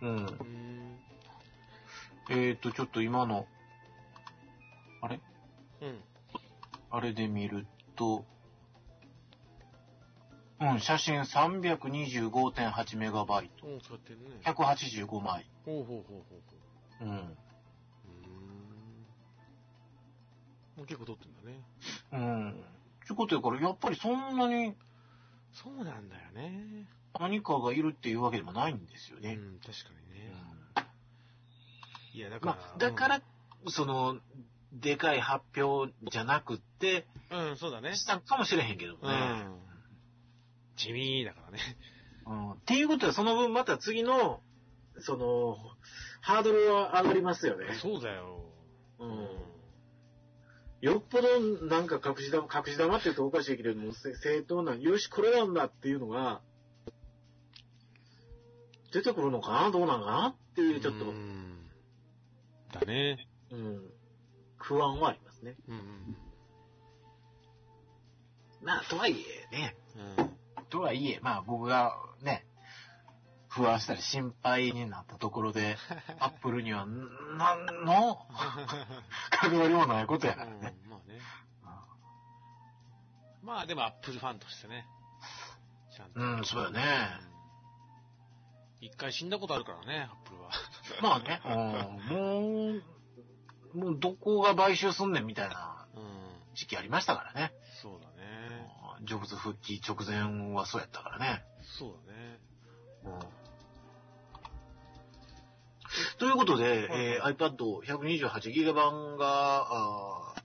[SPEAKER 2] ら。うん。
[SPEAKER 1] うーん。
[SPEAKER 2] えっ、と、ちょっと今の、
[SPEAKER 1] うん。
[SPEAKER 2] あれで見ると、うん、写真325.8メガバイ
[SPEAKER 1] うん、使ってるね。
[SPEAKER 2] ト。185枚。
[SPEAKER 1] ほうほうほうほうほう。
[SPEAKER 2] うん。
[SPEAKER 1] うーん。もう結構撮ってんだね。
[SPEAKER 2] うん。ちゅうことやから、やっぱりそんなに
[SPEAKER 1] そうなんだよね。
[SPEAKER 2] 何かがいるっていうわけでもないんですよ
[SPEAKER 1] う
[SPEAKER 2] ね。
[SPEAKER 1] ん、確かに
[SPEAKER 2] う
[SPEAKER 1] ね。
[SPEAKER 2] ん
[SPEAKER 1] いや、だから。
[SPEAKER 2] まあ、だから、その、でかい発表じゃなくって、
[SPEAKER 1] うん、うん、そうだね。
[SPEAKER 2] したんかもしれへんけどね。
[SPEAKER 1] うん。地味だからね。
[SPEAKER 2] うんっていうことは、その分また次の、その、ハードルは上がりますよね。
[SPEAKER 1] [LAUGHS] そうだよ。
[SPEAKER 2] うん。よっぽど、なんか隠し玉、隠し玉って言うとおかしいけれども、せ正当な、よし、これなんだっていうのが、出てくるのかなどうなんかなっていう、ちょっと
[SPEAKER 1] う、んだね。
[SPEAKER 2] うん、不安はありますね。
[SPEAKER 1] うんうん
[SPEAKER 2] まあ、とはいえね、
[SPEAKER 1] うん。うん
[SPEAKER 2] とはいえ、まあ僕がね、不安したり心配になったところ [LAUGHS] で、アップルには、なんの関わりもないことやからね。
[SPEAKER 1] うんまあね。まあでもアップルファンとしてね。ちゃんと。
[SPEAKER 2] うんそうだね
[SPEAKER 1] うん。一回死んだことあるからね、アップルは。
[SPEAKER 2] まあね、うんもう、もうどこが買収すんねんみたいな
[SPEAKER 1] うん。
[SPEAKER 2] 時期ありましたからね。
[SPEAKER 1] そうだね。
[SPEAKER 2] ジョブズ復帰直前はそうやったからね。
[SPEAKER 1] そうだね。
[SPEAKER 2] うんということで、えー iPad128GB 版があー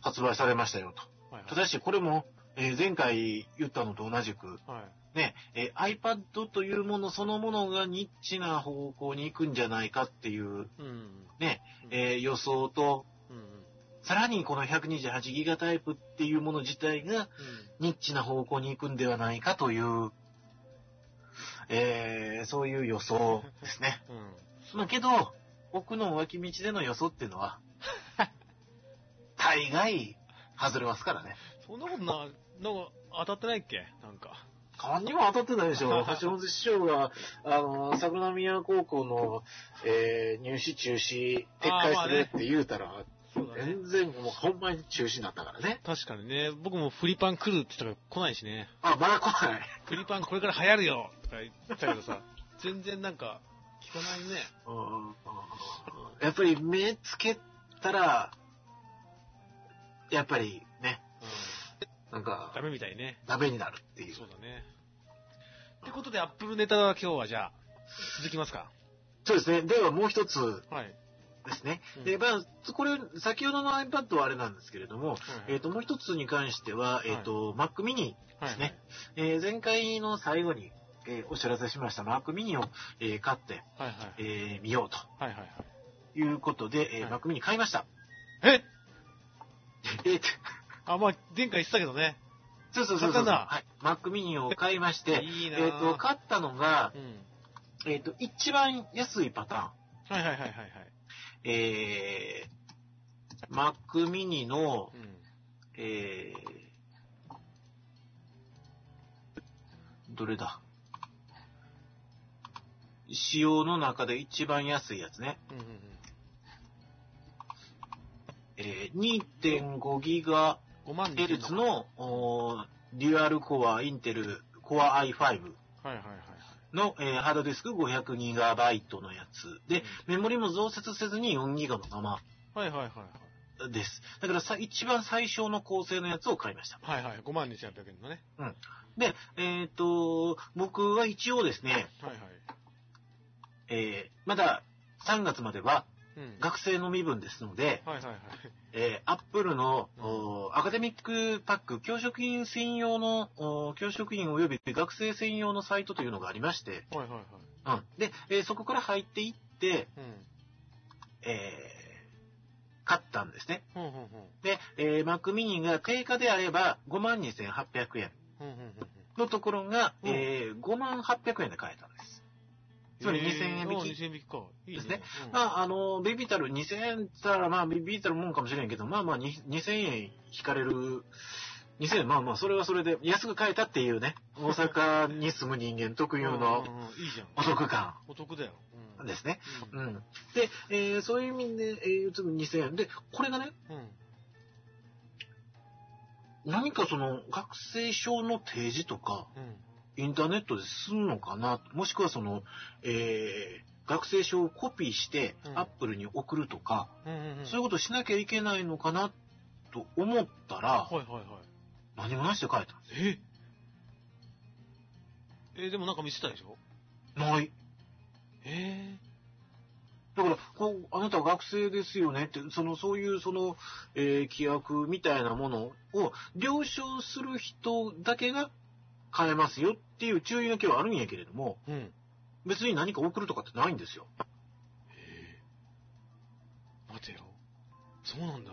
[SPEAKER 2] 発売されましたよと。
[SPEAKER 1] はい
[SPEAKER 2] た
[SPEAKER 1] は
[SPEAKER 2] だし、これも、えー前回言ったのと同じく、
[SPEAKER 1] い。はい。
[SPEAKER 2] ね、えー iPad というものそのものがニッチな方向に行くんじゃないかっていう、
[SPEAKER 1] うん。
[SPEAKER 2] ね、えー予想と、
[SPEAKER 1] うんうん。
[SPEAKER 2] さらにこの 128GB タイプっていうもの自体が
[SPEAKER 1] うん
[SPEAKER 2] ニッチな方向に行くんではないかという、えーそういう予想で
[SPEAKER 1] [LAUGHS]
[SPEAKER 2] すね。
[SPEAKER 1] うん。
[SPEAKER 2] まあけど、奥の脇道での予想っていうのは、大概外れますからね。
[SPEAKER 1] そんなことな、なんか当たってないっけなんか。
[SPEAKER 2] 勘にも当たってないで
[SPEAKER 1] [LAUGHS]
[SPEAKER 2] しょ。橋本師匠が、あの、桜宮高校の、えー入試中止、撤回するって言うたら、
[SPEAKER 1] そうだね。
[SPEAKER 2] 全然もうほんまに中止になったからね。
[SPEAKER 1] 確かにね、僕もフリパン来るって言ったら来ないしね。
[SPEAKER 2] あ、まだ来ない。
[SPEAKER 1] フリパンこれから流行るよとか言ってたけどさ、全然なんか、聞かないね。
[SPEAKER 2] うんうんうんうんやっぱり目つけたら、やっぱりね、
[SPEAKER 1] うん。
[SPEAKER 2] なんか
[SPEAKER 1] ダ、メみたいね。
[SPEAKER 2] ダメになるっていう
[SPEAKER 1] そ。うだね。ってことで、アップルネタは今日はじゃあ、続きますか。
[SPEAKER 2] そうですね。ではもう一つ
[SPEAKER 1] はい。
[SPEAKER 2] ですね。
[SPEAKER 1] うん
[SPEAKER 2] で、まあ、これ、先ほどの iPad はあれなんですけれども、えっ、と、もう一つに関しては、えっ、と、Mac mini
[SPEAKER 1] はい
[SPEAKER 2] ですね。えー前回の最後に、えーお知らせしました Mac mini を、えー買って、
[SPEAKER 1] はいはい。
[SPEAKER 2] えー見よう
[SPEAKER 1] はいはい
[SPEAKER 2] ということで、えー
[SPEAKER 1] はい
[SPEAKER 2] Mac mini 買いました。 [LAUGHS]
[SPEAKER 1] はい。え
[SPEAKER 2] えーと
[SPEAKER 1] あ、まあ、前回言ってたけどね。
[SPEAKER 2] そうそうそう
[SPEAKER 1] 買っ
[SPEAKER 2] そ
[SPEAKER 1] た
[SPEAKER 2] うん
[SPEAKER 1] だ
[SPEAKER 2] はい。Mac mini を買いまして、
[SPEAKER 1] いいなぁ
[SPEAKER 2] えっ、と、買ったのが、
[SPEAKER 1] うん。
[SPEAKER 2] えっ、と、一番安いパ
[SPEAKER 1] は
[SPEAKER 2] タ
[SPEAKER 1] いはいはいはいはい。
[SPEAKER 2] ーン、えー、Mac mini の、
[SPEAKER 1] うん。
[SPEAKER 2] えー、どれだ仕様の中で一番安いやつね。
[SPEAKER 1] うんうんうん。
[SPEAKER 2] えー、2.5ギガ
[SPEAKER 1] 5万
[SPEAKER 2] ヘルツの、おーデュアルコアインテルコア i5
[SPEAKER 1] はいはいはいはい。
[SPEAKER 2] の、えーハードディスク500ギガバイトのやつで、メモリも増設せずに4ギガのまま
[SPEAKER 1] はいはいはい
[SPEAKER 2] です。だからさ、一番最小の構成のやつを買いました。
[SPEAKER 1] はい。はいはい。5万2800円のね。
[SPEAKER 2] で、えっ、と、僕は一応ですね、
[SPEAKER 1] はいはい。
[SPEAKER 2] えーまだ3月までは
[SPEAKER 1] うん。
[SPEAKER 2] 学生の身分ですので、
[SPEAKER 1] はいはいはい。
[SPEAKER 2] えー、Apple の、
[SPEAKER 1] うん
[SPEAKER 2] おーアカデミックパック、教職員専用の、おー教職員及び学生専用のサイトというのがありまして、
[SPEAKER 1] はいはいはい。
[SPEAKER 2] うん、で、えーそこから入っていって、
[SPEAKER 1] うん。
[SPEAKER 2] えー買ったんですね。
[SPEAKER 1] ほんほんほん。
[SPEAKER 2] で、えー、Mac mini が定価であれば52,800円
[SPEAKER 1] ほんほんほんほん。
[SPEAKER 2] のところが、
[SPEAKER 1] うん
[SPEAKER 2] えー、5800円で買えたんです。つまり2000円引き
[SPEAKER 1] あ2000円引きか。いい
[SPEAKER 2] ですね。
[SPEAKER 1] うん
[SPEAKER 2] まあ、あの、ビビータル2000円って言ったら、まあ、ビビータルもんかもしれんけど、まあまあ、に2000円引かれる、2000円、まあまあ、それはそれで安く買えたっていうね、大阪に住む人間特有の
[SPEAKER 1] うんうんうんいいじゃん。
[SPEAKER 2] お得感
[SPEAKER 1] お得だよ。うん。
[SPEAKER 2] ですね。
[SPEAKER 1] う。
[SPEAKER 2] うんん。で、えーそういう意味で、えー、2000円。で、これがね、
[SPEAKER 1] うん。
[SPEAKER 2] 何かその、学生証の提示とか、
[SPEAKER 1] うん。
[SPEAKER 2] インターネットで済むのかな、もしくはその、えー学生証をコピーして
[SPEAKER 1] う、ん
[SPEAKER 2] アップルに送るとか、
[SPEAKER 1] うんうんうん。
[SPEAKER 2] そういうことしなきゃいけないのかなと思ったら、
[SPEAKER 1] はいはいはい。
[SPEAKER 2] 何もなしで書いたんで
[SPEAKER 1] ええ、でもなんか見せたでしょ
[SPEAKER 2] す。ない。
[SPEAKER 1] え
[SPEAKER 2] だから、こう、あなたは学生ですよねって、その、そういう、その、えー規約みたいなものを了承する人だけが変えますよっていう注意書きはあるんやけれども、
[SPEAKER 1] え。うん。
[SPEAKER 2] 別に何か送るとかってないんですよ。
[SPEAKER 1] 待てよ。そうなんだ。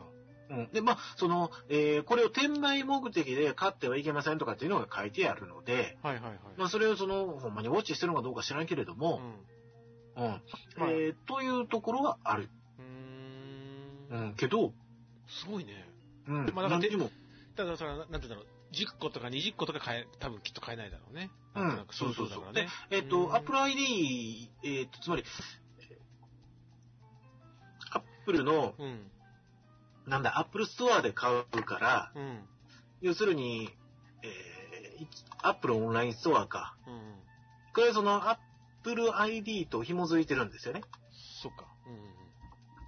[SPEAKER 2] うん。で、まあ、その、えーこれを転売目的で買ってはいけませんとかっていうのが書いてあるので、
[SPEAKER 1] はいはいはい。
[SPEAKER 2] まあ、それをその、ほんまにウォッチしてるのかどうか知らんけれども、
[SPEAKER 1] うん。
[SPEAKER 2] うんえーというところはある。
[SPEAKER 1] う
[SPEAKER 2] う
[SPEAKER 1] ーん。
[SPEAKER 2] ん、けど、
[SPEAKER 1] すごいね。
[SPEAKER 2] うん、
[SPEAKER 1] まあだから
[SPEAKER 2] 何にも、
[SPEAKER 1] たださ、なんて言うんだろう。10個とか20個とか買え、多分きっと買えないだろうね。
[SPEAKER 2] う
[SPEAKER 1] なんとなんく、
[SPEAKER 2] そうそう
[SPEAKER 1] い
[SPEAKER 2] そ
[SPEAKER 1] こ
[SPEAKER 2] う。
[SPEAKER 1] とだから
[SPEAKER 2] で
[SPEAKER 1] ね。、
[SPEAKER 2] えっ、
[SPEAKER 1] うん
[SPEAKER 2] と、Apple ID、えっ、と、つまり、アップルの、
[SPEAKER 1] うん。
[SPEAKER 2] なんだ、Apple Store で買うから、
[SPEAKER 1] うん。
[SPEAKER 2] 要するに、えー、Apple オンラインストアか。
[SPEAKER 1] うん。
[SPEAKER 2] これその Apple ID と紐づいてるんですよね。
[SPEAKER 1] そっか。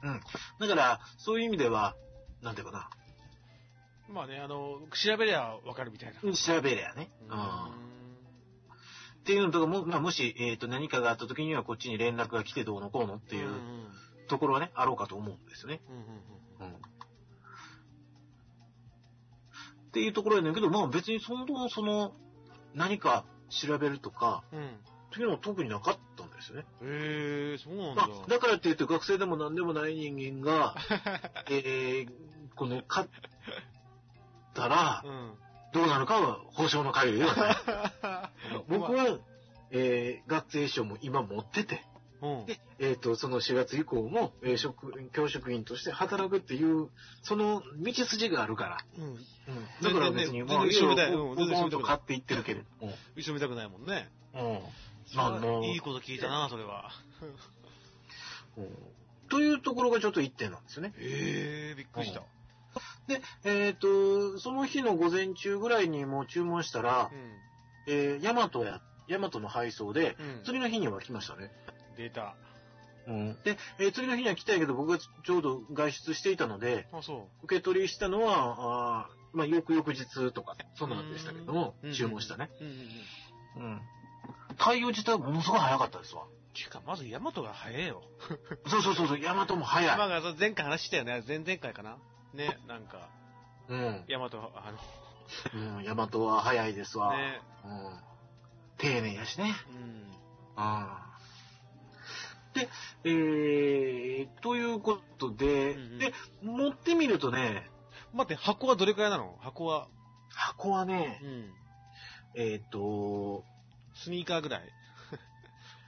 [SPEAKER 1] うんうん
[SPEAKER 2] だから、そういう意味では、なんていうかな、
[SPEAKER 1] うん。まあね、あの、調べりゃわかるみたいな。
[SPEAKER 2] 調べりゃね。
[SPEAKER 1] う
[SPEAKER 2] うん
[SPEAKER 1] ん。
[SPEAKER 2] っていうのとかも、まあ、もし、えーと、何かがあった時にはこっちに連絡が来てどうのこうのってい
[SPEAKER 1] うん
[SPEAKER 2] うところはね、あろうかと思うんですよね。
[SPEAKER 1] うんうんうん
[SPEAKER 2] うん。っていうところやねんけど、まあ別にその、その、何か調べるとか、
[SPEAKER 1] うんうん
[SPEAKER 2] っていうのは特になかったんですよね。
[SPEAKER 1] へえそうなんだ
[SPEAKER 2] まあ、だからって言って学生でも何でもない人間が、
[SPEAKER 1] [LAUGHS]
[SPEAKER 2] えー、この、勝ったら
[SPEAKER 1] う、ん
[SPEAKER 2] どうなるかは保証の限りではない。
[SPEAKER 1] [LAUGHS]
[SPEAKER 2] 僕
[SPEAKER 1] まあ
[SPEAKER 2] は、えー、学生証も今持ってて、
[SPEAKER 1] うん
[SPEAKER 2] で、えっ、と、その4月以降も、えー職、教職員として働くっていう、その道筋があるから、
[SPEAKER 1] うん
[SPEAKER 2] うんだから別に、
[SPEAKER 1] 全然ね
[SPEAKER 2] まあ、
[SPEAKER 1] 全然後ろ見たい
[SPEAKER 2] ポン
[SPEAKER 1] うん全然後ろ見た
[SPEAKER 2] と
[SPEAKER 1] くない
[SPEAKER 2] 買っていってるけれども。
[SPEAKER 1] 後ろ見たくないもんね。
[SPEAKER 2] うん。なんだ
[SPEAKER 1] いいこと聞いたな、それは。
[SPEAKER 2] うんというところがちょっと一点なんですよね。
[SPEAKER 1] ええびっくりした。
[SPEAKER 2] で、えっ、と、その日の午前中ぐらいにもう注文したら
[SPEAKER 1] う、ん。
[SPEAKER 2] えー、ヤマトや、ヤマトの配送で、
[SPEAKER 1] うん。
[SPEAKER 2] 次の日には来ましたね。
[SPEAKER 1] 出た。
[SPEAKER 2] うん。で、えー次の日には来たんやけど、僕がちょうど外出していたので、
[SPEAKER 1] あ、そう。
[SPEAKER 2] 受け取りしたのは、あーまあ、翌々日とか、そんなんでしたけども
[SPEAKER 1] うん、
[SPEAKER 2] 注文したね。。
[SPEAKER 1] うんうんうん。
[SPEAKER 2] うん。対応自体はものすごい早かったですわ。
[SPEAKER 1] ちゅうか、まずヤマトが早えよ。
[SPEAKER 2] そうそうそうそう、ヤマトも早
[SPEAKER 1] ま
[SPEAKER 2] い。
[SPEAKER 1] あ、そう前回話したよね。前々回かな。ね、なんか、
[SPEAKER 2] うん。
[SPEAKER 1] ヤマト、あ
[SPEAKER 2] うん、ヤマトは早いですわ。
[SPEAKER 1] の、ね、
[SPEAKER 2] うん。丁寧やしね。
[SPEAKER 1] うん。
[SPEAKER 2] うん。で、えー、ということで、
[SPEAKER 1] うんうん
[SPEAKER 2] で、持ってみるとね、
[SPEAKER 1] 待って、箱はどれくらいなの箱は。
[SPEAKER 2] 箱はね
[SPEAKER 1] う、ん。
[SPEAKER 2] えっ、と、
[SPEAKER 1] スニーカーぐらい。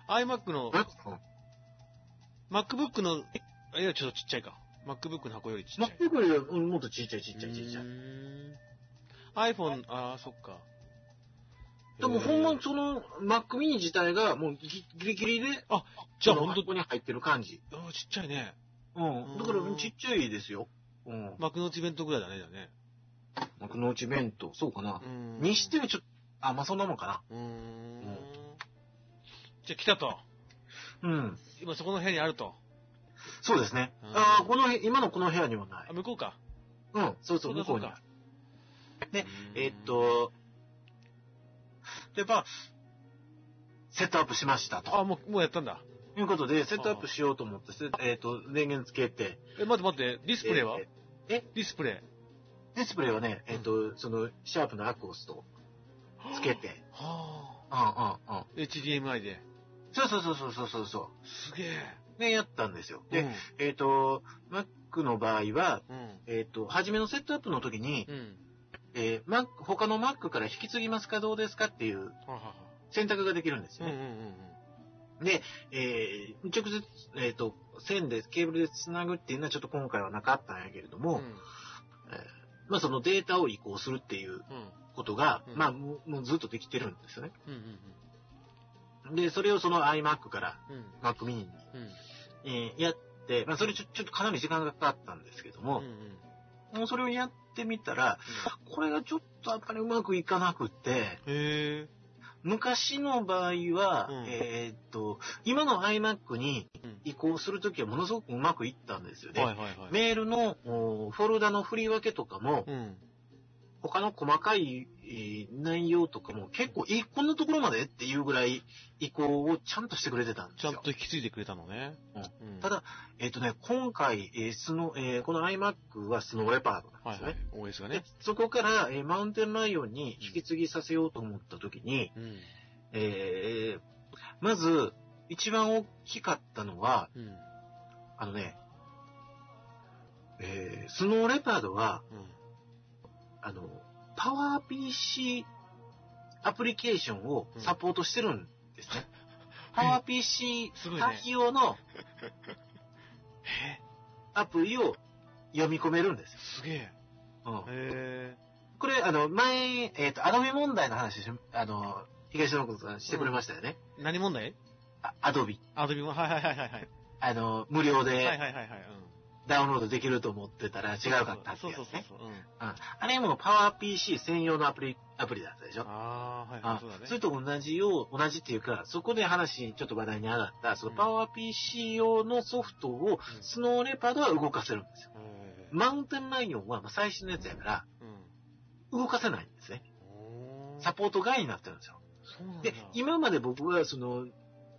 [SPEAKER 1] iMac の、
[SPEAKER 2] え
[SPEAKER 1] MacBook の、あいや、ちょっとちっちゃいか。MacBook の箱よりちっちゃ
[SPEAKER 2] マ
[SPEAKER 1] い
[SPEAKER 2] ッ。クブルよりもっとちっちゃいちっちゃいちっちゃ
[SPEAKER 1] う
[SPEAKER 2] い。
[SPEAKER 1] ーん iPhone、ああ、そっか。
[SPEAKER 2] でもほん
[SPEAKER 1] へ
[SPEAKER 2] ま
[SPEAKER 1] ー
[SPEAKER 2] その Mac mini 自体がもうギギリギリで、
[SPEAKER 1] じゃあ
[SPEAKER 2] その
[SPEAKER 1] 本
[SPEAKER 2] 箱に入ってる感じ。
[SPEAKER 1] 当あーちっちゃいね。
[SPEAKER 2] うん。だからちっちゃいですよ。うん。
[SPEAKER 1] 幕の内弁当ぐらいだね、じゃあね。
[SPEAKER 2] 幕の内弁当、そうかな
[SPEAKER 1] う。ーん
[SPEAKER 2] にしてはちょっと、あ、まあそんなもんか
[SPEAKER 1] うーん
[SPEAKER 2] うん。
[SPEAKER 1] じゃあ来たと。
[SPEAKER 2] な。うん。
[SPEAKER 1] 今そこの部屋にあると。
[SPEAKER 2] そうですね。
[SPEAKER 1] うん
[SPEAKER 2] ああ、この部今のこの部屋にはない
[SPEAKER 1] あ、。向こうか。
[SPEAKER 2] うん、そう
[SPEAKER 1] そ
[SPEAKER 2] そう、
[SPEAKER 1] うだ
[SPEAKER 2] 向こうにあ
[SPEAKER 1] そう
[SPEAKER 2] る。で
[SPEAKER 1] うーん
[SPEAKER 2] えーっ、と、で、まあ、セットアップしました
[SPEAKER 1] あ、
[SPEAKER 2] と。
[SPEAKER 1] もう、もうやったんだ。
[SPEAKER 2] いうことで、セットアップしようと思って、せえーっと、電源つけて。
[SPEAKER 1] え、待って待って、ディスプレイは
[SPEAKER 2] えー
[SPEAKER 1] ディスプレイ。
[SPEAKER 2] ディスプレイはね、えーっと、その、シャープのアクオスとつけて。
[SPEAKER 1] は
[SPEAKER 2] うんうんうん。
[SPEAKER 1] ぁ。HDMI で。
[SPEAKER 2] そうそうそうそうそうそうそ
[SPEAKER 1] すげえ。
[SPEAKER 2] う。ね、やったんですよ。で、
[SPEAKER 1] うん
[SPEAKER 2] えーっと、Mac の場合は、
[SPEAKER 1] うん。
[SPEAKER 2] えーっと、初めのセットアップの時に、
[SPEAKER 1] うん。
[SPEAKER 2] えー、Mac、他の Mac から引き継ぎますかどうですかっていう
[SPEAKER 1] ははは。
[SPEAKER 2] 選択ができるんです
[SPEAKER 1] うん
[SPEAKER 2] よ
[SPEAKER 1] う
[SPEAKER 2] ね
[SPEAKER 1] ん。うん
[SPEAKER 2] で、えー直接、えっ、と、線で、ケーブルで繋ぐっていうのはちょっと今回はなかったんやけれど
[SPEAKER 1] うん。
[SPEAKER 2] も、
[SPEAKER 1] うん。
[SPEAKER 2] まあそのデータを移行するっていう
[SPEAKER 1] うん。
[SPEAKER 2] ことが、
[SPEAKER 1] うん
[SPEAKER 2] まあもうもうずっとできてるんですよね。
[SPEAKER 1] うんうん
[SPEAKER 2] で、それをその iMac から
[SPEAKER 1] うん。
[SPEAKER 2] Mac mini に、
[SPEAKER 1] うん。うん。
[SPEAKER 2] えーやって、まあそれちょちょっとかなり時間がかかったんですけど
[SPEAKER 1] うん
[SPEAKER 2] も
[SPEAKER 1] う、ん。
[SPEAKER 2] もうそれをやってみたら、これがちょっとやっぱりうまくいかなくって、
[SPEAKER 1] へえ。
[SPEAKER 2] 昔の場合は、
[SPEAKER 1] うん
[SPEAKER 2] えっ、と、今の iMac に移行するときはものすごくうまくいったんですよね。
[SPEAKER 1] はいはいはい。
[SPEAKER 2] メールのおーフォルダの振り分けとかも、
[SPEAKER 1] うん。
[SPEAKER 2] 他の細かいえー内容とかも結構、え、こんなところまでっていうぐらい移行をちゃんとしてくれてたんで
[SPEAKER 1] ち
[SPEAKER 2] す
[SPEAKER 1] ゃん
[SPEAKER 2] よ
[SPEAKER 1] と。引き継いでくれたのね。うん
[SPEAKER 2] ただ、えっ、とね、今回、えースノえーこの iMac はスノーレパードなん
[SPEAKER 1] は
[SPEAKER 2] です
[SPEAKER 1] い
[SPEAKER 2] よね。
[SPEAKER 1] はい。OS が
[SPEAKER 2] で
[SPEAKER 1] ね。
[SPEAKER 2] そこから、えーマウンテンライオンに引き継ぎさせようと思った時に、
[SPEAKER 1] うん。
[SPEAKER 2] えーまず、一番大きかったのは、
[SPEAKER 1] うん。
[SPEAKER 2] あのね、えースノーレパードは、
[SPEAKER 1] うん。
[SPEAKER 2] あの、パワー PC アプリケーションをサポートしてるんです
[SPEAKER 1] [LAUGHS]
[SPEAKER 2] ね。パワー PC
[SPEAKER 1] すごいね
[SPEAKER 2] 対応の
[SPEAKER 1] え
[SPEAKER 2] アプリを読み込めるんですよ。
[SPEAKER 1] すげえ。へ
[SPEAKER 2] うん、
[SPEAKER 1] え。
[SPEAKER 2] これ、あの、前、えっ、と、アドビ問題の話し、あの、東野君さんしてくれましたよね。
[SPEAKER 1] 何問題
[SPEAKER 2] あアドビ。
[SPEAKER 1] アドビも。はいはいはいはいはい。
[SPEAKER 2] あの、無料
[SPEAKER 1] はい
[SPEAKER 2] で
[SPEAKER 1] はいはいはい。
[SPEAKER 2] ダウンロードできると思ってたら違うかったって
[SPEAKER 1] そう
[SPEAKER 2] やつ
[SPEAKER 1] そうそう
[SPEAKER 2] ね。
[SPEAKER 1] そう。うん。
[SPEAKER 2] うんあれもパワー PC 専用のアプリ、アプリだったでしょ。
[SPEAKER 1] ああ、はいはい。
[SPEAKER 2] あ
[SPEAKER 1] そうだね。
[SPEAKER 2] それと同じよう、同じっていうか、そこで話、ちょっと話題に上がった、その
[SPEAKER 1] うん
[SPEAKER 2] パワー PC 用のソフトを、
[SPEAKER 1] ん
[SPEAKER 2] スノーレパードは動かせるんですよ。
[SPEAKER 1] へー
[SPEAKER 2] マウンテンライオンはまあ最新のやつやから、
[SPEAKER 1] うん
[SPEAKER 2] 動かせないんですね。
[SPEAKER 1] おー
[SPEAKER 2] サポート外になってるんですよ。
[SPEAKER 1] そうなんだ
[SPEAKER 2] で、今まで僕は、その、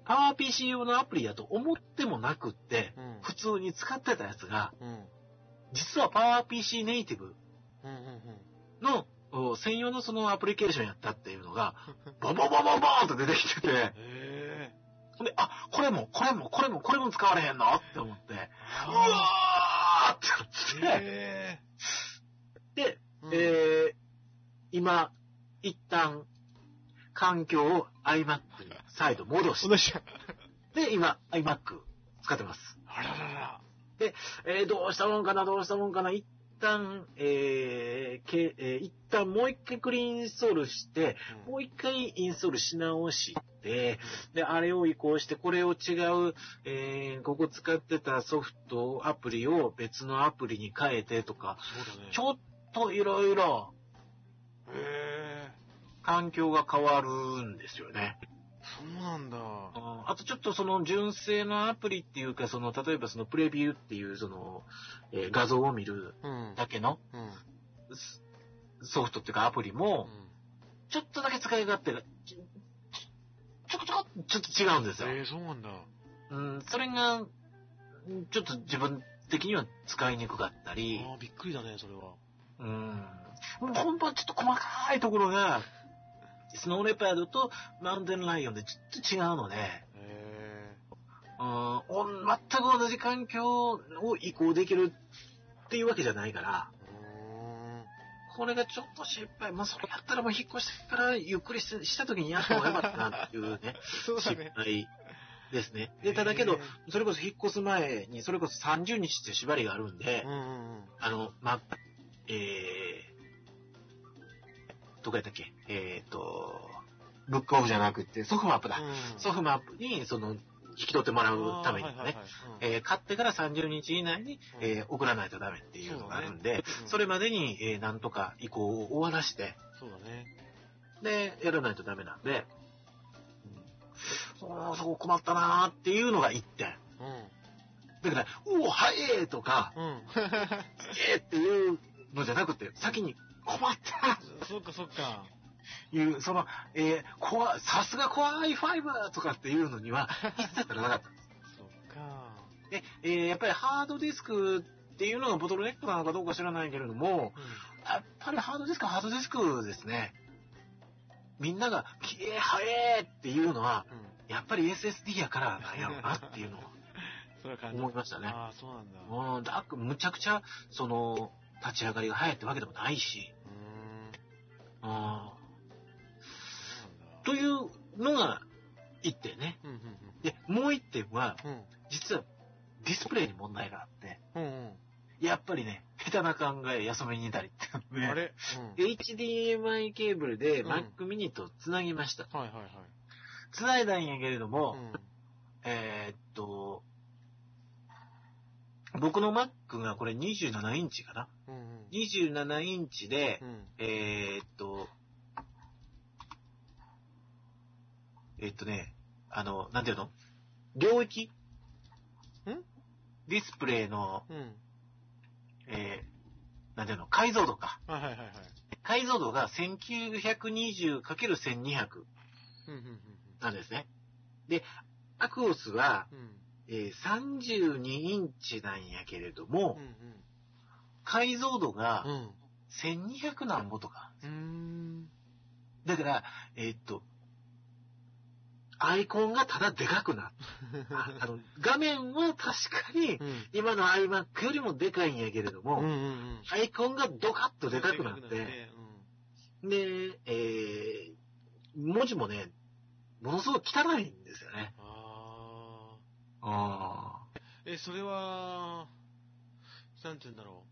[SPEAKER 2] パワー PC 用のアプリだと思ってもなくって、
[SPEAKER 1] うん
[SPEAKER 2] 普通に使ってたやつが、
[SPEAKER 1] うん
[SPEAKER 2] 実はパワー PC ネイティブ
[SPEAKER 1] うんうんうん
[SPEAKER 2] の、お専用のそのアプリケーションやったっていうのが、ボンボンボンボンボーンと出てきてて、
[SPEAKER 1] へえ。
[SPEAKER 2] ほんで、あ、これも、これも、これも、これも使われへんのって思って、う
[SPEAKER 1] あ
[SPEAKER 2] わーって
[SPEAKER 1] ー
[SPEAKER 2] なって、
[SPEAKER 1] へ
[SPEAKER 2] で、
[SPEAKER 1] ーうん
[SPEAKER 2] えー、今、一旦、環境を iMac に再度戻し
[SPEAKER 1] 同じじゃん。
[SPEAKER 2] て、で、今、iMac 使ってます。
[SPEAKER 1] あららら。
[SPEAKER 2] えー、どうしたもんかな、どうしたもんかな、一旦、えーけえー一旦もう一回クリーンインストールして、もう一回インストールし直して、で、あれを移行して、これを違う、えーここ使ってたソフト、アプリを別のアプリに変えてとか、
[SPEAKER 1] そうだね。
[SPEAKER 2] ちょっといろいろ
[SPEAKER 1] へえ
[SPEAKER 2] 環境が変わるんですよね。
[SPEAKER 1] そうなんだ。う
[SPEAKER 2] あとちょっとその純正のアプリっていうか、その、例えばそのプレビューっていうその、えー画像を見る
[SPEAKER 1] ん。
[SPEAKER 2] だけの
[SPEAKER 1] うん。うん
[SPEAKER 2] スソフトっていうかアプリも、ちょっとだけ使い勝手が、ちちょこちょこちょっと違うんですよ。
[SPEAKER 1] えー、そうなんだ。
[SPEAKER 2] うん、それが、うんちょっと自分的には使いにくかったり、
[SPEAKER 1] ああ、びっくりだね、それは。
[SPEAKER 2] うん、本番ちょっと細かいところが、スノーレパードとマウンテンライオンでちょっと違うので、
[SPEAKER 1] へ
[SPEAKER 2] うん、お全く同じ環境を移行できるっていうわけじゃないから、
[SPEAKER 1] えー。
[SPEAKER 2] これがちょっと心配。まあ、それやったらもう引っ越してからゆっくりしてした時にやった方がよかったなっていうね、
[SPEAKER 1] [LAUGHS] そうだ
[SPEAKER 2] 心
[SPEAKER 1] ね。
[SPEAKER 2] 配ですね。で、ただけ
[SPEAKER 1] へ
[SPEAKER 2] ど
[SPEAKER 1] ー、
[SPEAKER 2] それこそ引っ越す前に、それこそ30日っていう縛りがあるんで
[SPEAKER 1] う、んうんうん。
[SPEAKER 2] あの、ま、えー、どこやったっけえーと、ブックオフじゃなくて、ソフマップだ。ソ
[SPEAKER 1] う
[SPEAKER 2] フマップに、その、引き取ってもら
[SPEAKER 1] ん
[SPEAKER 2] うためにも
[SPEAKER 1] あーはいはい、は
[SPEAKER 2] ね
[SPEAKER 1] いうん
[SPEAKER 2] えー買ってから30日以内に、
[SPEAKER 1] うん
[SPEAKER 2] えー送らないとダメっていうのがあるんで、
[SPEAKER 1] うん
[SPEAKER 2] それまでに、えーなんとか移行を終わらして、
[SPEAKER 1] そうだね。
[SPEAKER 2] で、やらないとダメなんで、うん、そこ困ったなーっていうのが一点。
[SPEAKER 1] う
[SPEAKER 2] だから、うお、早えとか、
[SPEAKER 1] ん。 [LAUGHS] うん。
[SPEAKER 2] ええっていうのじゃなくて、先に困った
[SPEAKER 1] そっかそっか。
[SPEAKER 2] いう、その、えー、怖、さすが怖いファイバーとかっていうのには、一切ならなかった。
[SPEAKER 1] そっか。
[SPEAKER 2] で、えーやっぱりハードディスクっていうのがボトルネックなのかどうか知らないけれども、
[SPEAKER 1] う
[SPEAKER 2] やっぱりハードディスクはハードディスクですね。みんなが、きえ、早えっていうのは、
[SPEAKER 1] ん。うん。
[SPEAKER 2] やっぱり SSD やからなんやろうなっていうのを
[SPEAKER 1] それは感じ
[SPEAKER 2] 思いましたね。
[SPEAKER 1] ああ、そうなんだ。う
[SPEAKER 2] うん、だっむちゃくちゃ、その、立ち上がりが早いってわけでもないし、
[SPEAKER 1] ーん。そう
[SPEAKER 2] うん、
[SPEAKER 1] なんだ。
[SPEAKER 2] というのが一点ね。
[SPEAKER 1] うんうん
[SPEAKER 2] で、もう一点は、
[SPEAKER 1] うん。うん。
[SPEAKER 2] 実はディスプレイに問題があって、
[SPEAKER 1] うん
[SPEAKER 2] やっぱりね、下手な考え、休みにいたりっていう
[SPEAKER 1] うん。
[SPEAKER 2] ね
[SPEAKER 1] あれ
[SPEAKER 2] HDMI ケーブルで
[SPEAKER 1] うん
[SPEAKER 2] Mac mini と繋ぎました。
[SPEAKER 1] うん。はいはい
[SPEAKER 2] 繋いだんやけれども、
[SPEAKER 1] はい。うん。
[SPEAKER 2] えーっと、僕の Mac がこれ27インチかな
[SPEAKER 1] うんうん。
[SPEAKER 2] ?27 インチで
[SPEAKER 1] う、ん。
[SPEAKER 2] えーっと、えーっとね、あの、なんていうの領域ディスプレイの、
[SPEAKER 1] うん。
[SPEAKER 2] えー、なんていうの解像度か。
[SPEAKER 1] はいはいはいはい。
[SPEAKER 2] 解像度が 1920×1200
[SPEAKER 1] うんうんうん
[SPEAKER 2] なんですね。で、アクオスは、
[SPEAKER 1] うん。
[SPEAKER 2] えー32インチなんやけれども、
[SPEAKER 1] うん
[SPEAKER 2] 解像度が
[SPEAKER 1] うん。
[SPEAKER 2] 1200なんぼとか。
[SPEAKER 1] うん。うん。
[SPEAKER 2] だから、えーっと、アイコンがただでかくなった。あの、画面は確かに、
[SPEAKER 1] うん。
[SPEAKER 2] 今の iMac よりもでかいんやけれども、
[SPEAKER 1] う
[SPEAKER 2] [LAUGHS]
[SPEAKER 1] んうんうん。
[SPEAKER 2] アイコンがドカッとでかくなって、
[SPEAKER 1] う
[SPEAKER 2] で、えー文字もね、ものすごく汚いんですよね。
[SPEAKER 1] ん。ああ。
[SPEAKER 2] あ
[SPEAKER 1] え、それは、なんて言うんだろ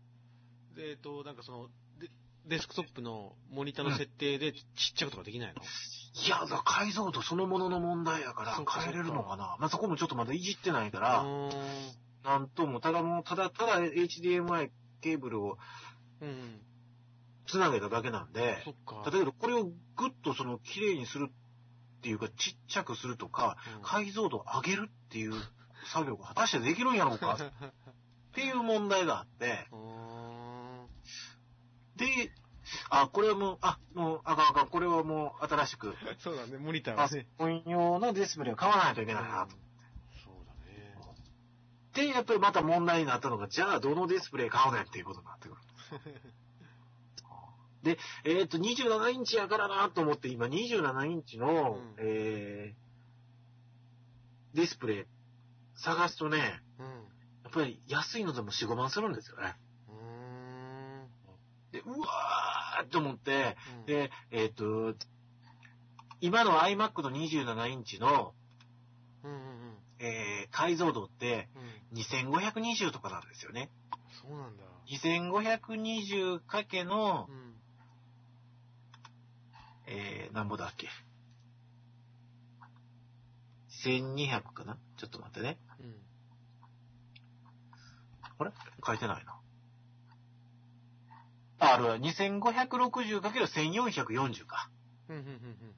[SPEAKER 1] う。でえっと、なんかその、デデスクトップのモニターの設定でちちっちゃくとかできないの
[SPEAKER 2] いや、だから解像度そのものの問題やから
[SPEAKER 1] そうか
[SPEAKER 2] 変えれるのかな。まあ、そこもちょっとまだいじってないか
[SPEAKER 1] う
[SPEAKER 2] ら、
[SPEAKER 1] ーん
[SPEAKER 2] なんとも、ただもう、ただただ HDMI ケーブルを
[SPEAKER 1] うん。
[SPEAKER 2] つなげただけなんで、
[SPEAKER 1] そっか。
[SPEAKER 2] 例えばこれをぐっとその綺麗にするっていうかちっちゃくするとか、
[SPEAKER 1] うん
[SPEAKER 2] 解像度を上げるっていう作業が果たしてできるんやろうかっていう問題があって、
[SPEAKER 1] うーん
[SPEAKER 2] で、あ、これはもう、あ、もう、あかんあかん、これはもう新しく、
[SPEAKER 1] そうだね、モニター
[SPEAKER 2] パ
[SPEAKER 1] は
[SPEAKER 2] ソ
[SPEAKER 1] ね。
[SPEAKER 2] コン用のディスプレイを買わないといけないなと。
[SPEAKER 1] そうだね。
[SPEAKER 2] で、やっぱりまた問題になったのが、じゃあどのディスプレイ買うねんっていうことになっ
[SPEAKER 1] [LAUGHS]
[SPEAKER 2] てくる。で、えっ、と、27インチやからなと思って、今27インチの、
[SPEAKER 1] うん
[SPEAKER 2] えーディスプレイ探すとね、
[SPEAKER 1] うん。
[SPEAKER 2] やっぱり安いのでも4、5万するんですよね。
[SPEAKER 1] うーん。
[SPEAKER 2] で、うわーって思って、
[SPEAKER 1] うん
[SPEAKER 2] で、えっ、と、今の iMac の27インチの、
[SPEAKER 1] うんうんうん。
[SPEAKER 2] えー解像度って
[SPEAKER 1] うん。
[SPEAKER 2] 2520とかなんですよね。
[SPEAKER 1] そうなんだ。
[SPEAKER 2] 2520かけの
[SPEAKER 1] う、ん。
[SPEAKER 2] えー、なんぼだっけ。1200かなちょっと待ってね。
[SPEAKER 1] うん。
[SPEAKER 2] あれ書いてないな。あ、あるわ。2560かける1440か。
[SPEAKER 1] うん。うん。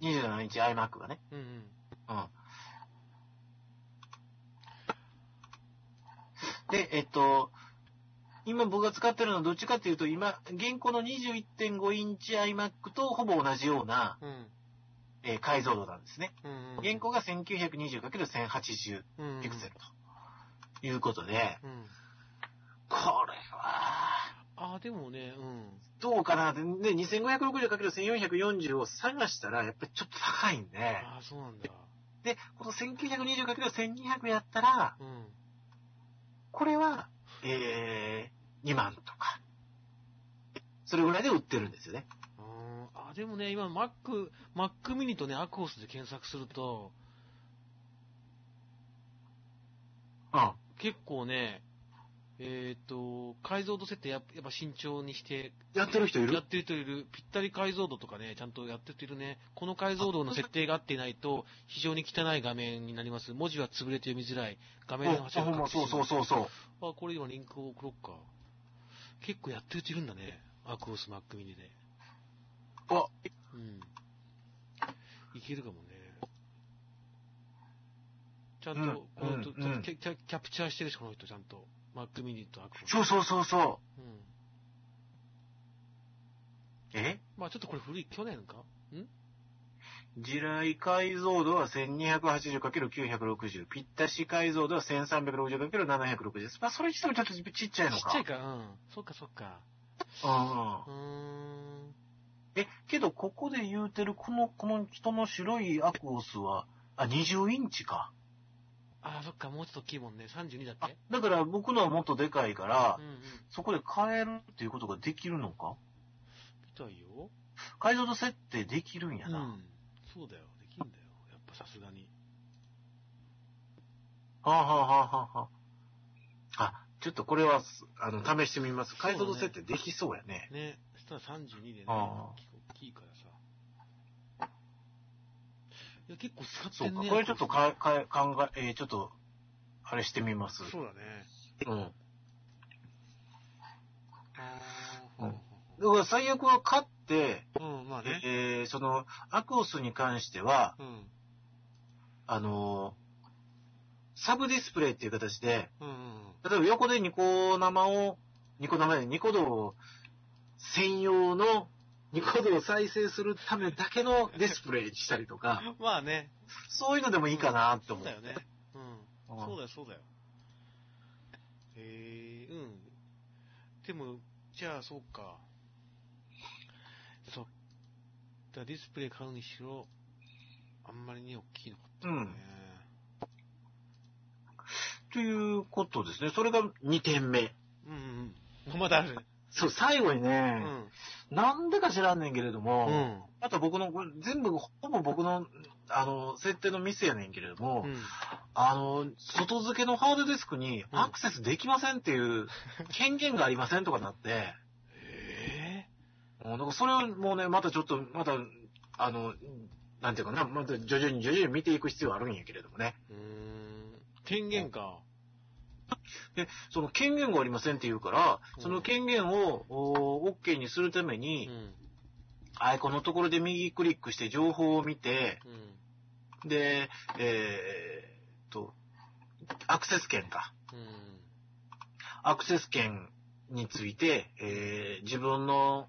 [SPEAKER 2] 27インチ iMac がね。
[SPEAKER 1] うん。うん。
[SPEAKER 2] うん。で、えっと、今僕が使ってるのはどっちかっていうと、今、現行の21.5インチ iMac とほぼ同じような、
[SPEAKER 1] うん。
[SPEAKER 2] えー解像度なんですね。
[SPEAKER 1] うん。
[SPEAKER 2] 現行が 1920×1080
[SPEAKER 1] うん。
[SPEAKER 2] ピクセルということで、
[SPEAKER 1] うん。
[SPEAKER 2] これは、
[SPEAKER 1] ああ、でもね、うん。
[SPEAKER 2] どうかなって、で、2560×1440 を探したら、やっぱりちょっと高いんで、
[SPEAKER 1] ああ、そうなんだ。
[SPEAKER 2] で、この 1920×1200 やったら、
[SPEAKER 1] うん。
[SPEAKER 2] これは、えー、2万とか、それぐらいで売ってるんですよね。
[SPEAKER 1] あーあ、でもね、今、Mac、Mac mini とね、アクオスで検索すると、
[SPEAKER 2] うん。
[SPEAKER 1] 結構ね、えっ、と、解像度設定やっやっぱ慎重にして、
[SPEAKER 2] やってる人い
[SPEAKER 1] やっ
[SPEAKER 2] る
[SPEAKER 1] てる人いる、ぴったり解像度とかね、ちゃんとやってる人いるね。この解像度の設定が合っていないと、非常に汚い画面になります。文字は潰れて読みづらい。画面の
[SPEAKER 2] お
[SPEAKER 1] 端
[SPEAKER 2] あ
[SPEAKER 1] を
[SPEAKER 2] ほん
[SPEAKER 1] 隠
[SPEAKER 2] ま
[SPEAKER 1] してし
[SPEAKER 2] そう
[SPEAKER 1] ま
[SPEAKER 2] そうそうそう。
[SPEAKER 1] うあ、これ今リンクを送ろっか。結構やってる人いるんだね。アクオス Mac mini で。
[SPEAKER 2] あ、
[SPEAKER 1] うん。いけるかもね。ちゃんと、
[SPEAKER 2] う
[SPEAKER 1] こ
[SPEAKER 2] ん
[SPEAKER 1] のと、
[SPEAKER 2] うんうん
[SPEAKER 1] キャキャキャプチャーしてるし、この人、ちゃんと。マックミニとアク
[SPEAKER 2] そうそうそうそ
[SPEAKER 1] うん。
[SPEAKER 2] う。え
[SPEAKER 1] まあちょっとこれ古い、去年かん
[SPEAKER 2] 地雷解像度は 1280×960。ぴったし解像度は 1360×760 です。まあ、それにしてもちょっとちっちゃい
[SPEAKER 1] ち
[SPEAKER 2] の
[SPEAKER 1] っ
[SPEAKER 2] か。
[SPEAKER 1] ちゃいか、うん。そっかそっか。
[SPEAKER 2] うん
[SPEAKER 1] うーん。
[SPEAKER 2] え、けど、ここで言うてる、この、この人の白いアクオスは、あ、20インチか。
[SPEAKER 1] あー、そっか、もうちょっと大きいもんね。32だっ
[SPEAKER 2] あ
[SPEAKER 1] け、
[SPEAKER 2] だから僕のはもっとでかいから
[SPEAKER 1] うん、うん。
[SPEAKER 2] そこで変えるっていうことができるのか
[SPEAKER 1] 見たいよ。
[SPEAKER 2] 解像度設定できるんや
[SPEAKER 1] う
[SPEAKER 2] な。
[SPEAKER 1] ん。そうだよ。できんだよ。やっぱさすがに。
[SPEAKER 2] はあ、はあはあはあはあ、あ、ちょっとこれは、すあの、試してみます。解像度設定できそうやね。
[SPEAKER 1] ね。そしたら32でね、
[SPEAKER 2] あ
[SPEAKER 1] 大きいからさ。いや、結構使
[SPEAKER 2] そ
[SPEAKER 1] っ
[SPEAKER 2] う
[SPEAKER 1] てん
[SPEAKER 2] か。
[SPEAKER 1] ね。
[SPEAKER 2] これちょっと
[SPEAKER 1] ア
[SPEAKER 2] か、か、考え、えーちょっと、あれしてみます
[SPEAKER 1] クオ。スそうだね。
[SPEAKER 2] うん。
[SPEAKER 1] う
[SPEAKER 2] うんん、だから最悪は買って、
[SPEAKER 1] うん、まあね。
[SPEAKER 2] えーその、アクオスに関しては、
[SPEAKER 1] うん、
[SPEAKER 2] あのーサブディスプレイっていう形で、
[SPEAKER 1] うん、うん。
[SPEAKER 2] 例えば横でニコ生を、ニコ生でニコ動を専用の、ニコ動を再生するためだけのディスプレイにしたりとか、
[SPEAKER 1] まあね。
[SPEAKER 2] そういうのでもいいかなって
[SPEAKER 1] そ
[SPEAKER 2] 思
[SPEAKER 1] う
[SPEAKER 2] う。
[SPEAKER 1] だよね。うん。
[SPEAKER 2] うん
[SPEAKER 1] そうだよ、そうだよ。へえうん。でも、じゃあ、そうか。そう。だからディスプレイ買うにしろ、あんまりね、大きいの買った
[SPEAKER 2] うん
[SPEAKER 1] ね。
[SPEAKER 2] ということですね。それが2点目。
[SPEAKER 1] うん、うん、うん。まだある。
[SPEAKER 2] そう、最後に
[SPEAKER 1] う
[SPEAKER 2] ね、
[SPEAKER 1] ん。
[SPEAKER 2] なんでか知らんねんけれども、
[SPEAKER 1] うん。
[SPEAKER 2] あと僕の、これ全部、ほぼ僕の、あの、設定のミスやねんけれども、
[SPEAKER 1] うん。
[SPEAKER 2] あの、外付けのハードディスクに
[SPEAKER 1] うん
[SPEAKER 2] アクセスできませんっていう権限がありませんとかなって、
[SPEAKER 1] え
[SPEAKER 2] もうなんかそれをもうね、またちょっと、また、あの、なんていうかな、また徐々に徐々に見ていく必要はあるんやけれどもね。
[SPEAKER 1] えうーん。権限か。
[SPEAKER 2] で、その権限がありませんって言うから
[SPEAKER 1] う、ん
[SPEAKER 2] その権限をお OK にするため
[SPEAKER 1] う
[SPEAKER 2] に、
[SPEAKER 1] ん。
[SPEAKER 2] アイコンのところで右クリックして情報を見て、
[SPEAKER 1] うん。
[SPEAKER 2] で、えーっと、アクセス権か。
[SPEAKER 1] うん。
[SPEAKER 2] アクセス権について、えー自分の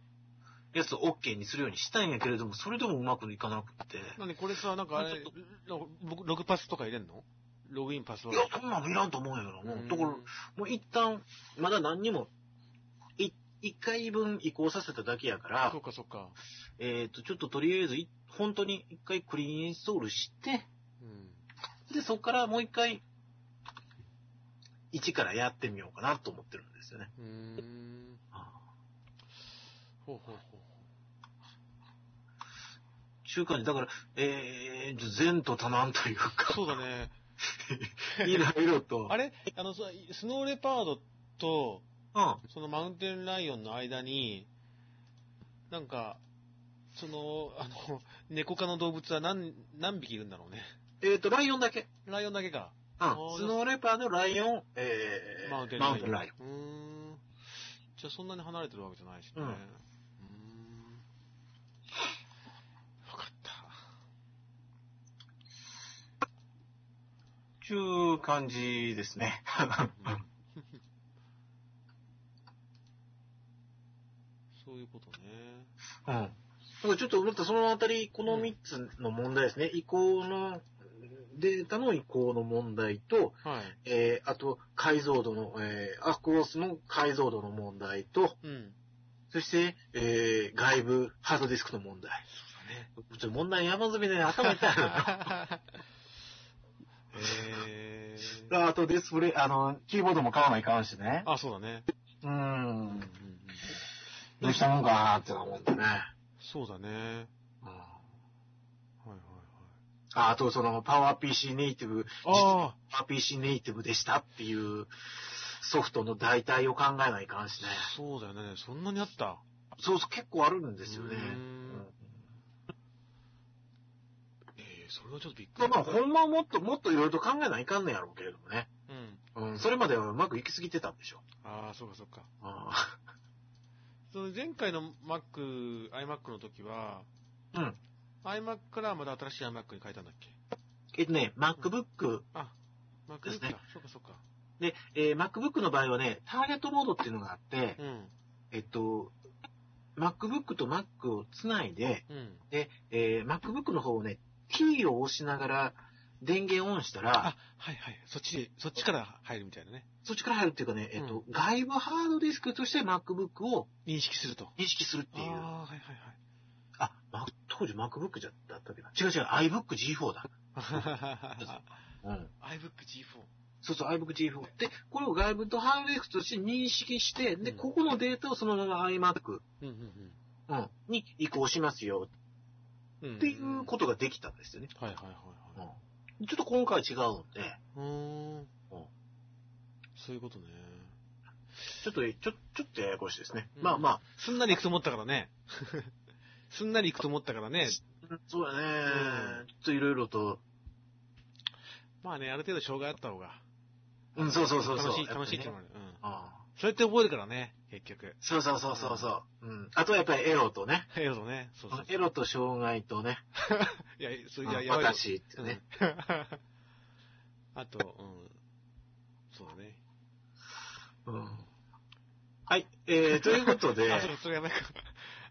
[SPEAKER 2] やつを OK にするようにしたいんやけれども、それでもうまくいかなくて。
[SPEAKER 1] なんでこれさ、なんかあれ、ロロログパスとか入れんのログインパスワ
[SPEAKER 2] い
[SPEAKER 1] ー
[SPEAKER 2] や
[SPEAKER 1] ド、
[SPEAKER 2] そんなんいらんと思うんやけども。
[SPEAKER 1] うん
[SPEAKER 2] ところ、もう一旦、まだ何にも、い一回分移行させただけやか
[SPEAKER 1] そ
[SPEAKER 2] ら
[SPEAKER 1] う、かそうか。
[SPEAKER 2] えっ、と、ちょっととりあえずい、本当に一回クリーンインストールして、
[SPEAKER 1] うん。
[SPEAKER 2] で、そこからもう一回、一からやってみようかなと思ってるんですよね。
[SPEAKER 1] うーん。ほうほうほ
[SPEAKER 2] 中間に、だから、えー、善と多難とい
[SPEAKER 1] う。
[SPEAKER 2] うか、
[SPEAKER 1] そうだね。
[SPEAKER 2] いろいろと。
[SPEAKER 1] あれあのさ、スノーレパードと、
[SPEAKER 2] うん。
[SPEAKER 1] そのマウンテンライオンの間に、なんか、その、あの、猫科の動物は何、何匹いるんだろうね。
[SPEAKER 2] えっ、と、ライオンだけ。
[SPEAKER 1] ライオンだけか。
[SPEAKER 2] うん
[SPEAKER 1] あー。
[SPEAKER 2] スノーレーパーのライオン、えー、
[SPEAKER 1] マウンテン
[SPEAKER 2] マ
[SPEAKER 1] ラ
[SPEAKER 2] ウ
[SPEAKER 1] イ
[SPEAKER 2] ン
[SPEAKER 1] オ
[SPEAKER 2] テ
[SPEAKER 1] ン。
[SPEAKER 2] ンライ
[SPEAKER 1] うーん。じゃあそんなに離れてるわけじゃないしね。
[SPEAKER 2] うん
[SPEAKER 1] うーん。わかっ
[SPEAKER 2] オン。ちゅう感じですね。
[SPEAKER 1] た。うんそういうことね。
[SPEAKER 2] うん。だからちょっと、またそのあたり、この3つの問題ですね。移行の、データの移行の問題と、
[SPEAKER 1] はい。
[SPEAKER 2] えー、あと、解像度の、えー、アクオスの解像度の問題と、
[SPEAKER 1] うん。
[SPEAKER 2] そして、えー、外部ハードディスクの問題。ちょっと問題山積みで頭痛いのよ。
[SPEAKER 1] [LAUGHS] えー。
[SPEAKER 2] あとディスプレイ、あの、キーボードも買わないかんしね。
[SPEAKER 1] あ、そうだね。
[SPEAKER 2] うー
[SPEAKER 1] うん
[SPEAKER 2] ん。
[SPEAKER 1] うん
[SPEAKER 2] どうしたもんかなって思ってね。
[SPEAKER 1] そうだね。はい
[SPEAKER 2] うん
[SPEAKER 1] はいはい。
[SPEAKER 2] ああと、その、パワー PC ネイティブ、
[SPEAKER 1] あ
[SPEAKER 2] パワー PC ネイティブでしたっていうソフトの代替を考えないかんしね
[SPEAKER 1] あ。、そうだよね。そんなにあった。
[SPEAKER 2] そうそう、結構あるんですよね
[SPEAKER 1] う。
[SPEAKER 2] うんん
[SPEAKER 1] ええそれはちょっとびっく
[SPEAKER 2] まあ
[SPEAKER 1] り。
[SPEAKER 2] まあ、ほんまはもっと、もっといろいろと考えないかんのやろうけれどもね。
[SPEAKER 1] うん。
[SPEAKER 2] うん、それまではうまくいきすぎてたんでしょ。
[SPEAKER 1] ああ、そうかそうか。
[SPEAKER 2] あ
[SPEAKER 1] その前回の Mac、iMac の時は、
[SPEAKER 2] うん。
[SPEAKER 1] iMac からまた新しい iMac に変えたんだっけ
[SPEAKER 2] ー [LAUGHS] えっとね、MacBook、
[SPEAKER 1] ?Mac
[SPEAKER 2] ですね
[SPEAKER 1] か。そうかそうか。
[SPEAKER 2] で、えー MacBook の場合はね、ターゲットモードっていうのがあって、
[SPEAKER 1] うん。
[SPEAKER 2] えっと、MacBook と Mac をつないで、
[SPEAKER 1] うん。
[SPEAKER 2] で、えー MacBook の方をね、T を押しながら電源オンしたら、
[SPEAKER 1] あ、はいはい。そっち、そっちから入るみたいなね。
[SPEAKER 2] そっちから入るっていうかね、えっと、外部ハードディスクとして MacBook を
[SPEAKER 1] 認識すると。
[SPEAKER 2] 認識するっていう。あ
[SPEAKER 1] ああ、はいはいはい。
[SPEAKER 2] ま当時 MacBook じゃだったっけな。違う違う、iBook G4 だ。
[SPEAKER 1] [LAUGHS]
[SPEAKER 2] うん。
[SPEAKER 1] iBook G4。
[SPEAKER 2] そうそう、iBook G4。で、これを外部とハードディスクとして認識して、で、
[SPEAKER 1] うん
[SPEAKER 2] ここのデータをそのまま iMac、
[SPEAKER 1] うんうん
[SPEAKER 2] うん、に移行しますよ
[SPEAKER 1] うん。
[SPEAKER 2] っていうことができたんですよね。
[SPEAKER 1] と。はいはいはいはい。
[SPEAKER 2] うんちょっと今回は違うので、
[SPEAKER 1] うーん。そういうことね。
[SPEAKER 2] ちょっと、ちょ、ちょっとややこしいですね。
[SPEAKER 1] うん
[SPEAKER 2] まあます
[SPEAKER 1] んなり行くと思ったから
[SPEAKER 2] [LAUGHS]
[SPEAKER 1] ね。すんなり行くと思ったからね。
[SPEAKER 2] あ、そうだね、
[SPEAKER 1] うん
[SPEAKER 2] ちょっといろいろと、
[SPEAKER 1] まあね、ある程度障害あった方が。
[SPEAKER 2] うん、そうそうそうそう。
[SPEAKER 1] 楽しい、楽しいって
[SPEAKER 2] やっ
[SPEAKER 1] 思う。うん。
[SPEAKER 2] ぱりねうん
[SPEAKER 1] そうやって覚えるからね、結局。
[SPEAKER 2] そうそうそうそうそう。うん。あとはやっぱりエロとね。
[SPEAKER 1] エロね。そうそうそう。
[SPEAKER 2] エロと障害とね。
[SPEAKER 1] いや、そうう、
[SPEAKER 2] ん
[SPEAKER 1] いや、やばいよ。
[SPEAKER 2] 私って
[SPEAKER 1] うん
[SPEAKER 2] ね。。
[SPEAKER 1] あと、うん。そうだね。
[SPEAKER 2] うん。はい。えー、ということで、
[SPEAKER 1] あ、そうかそれやばいか。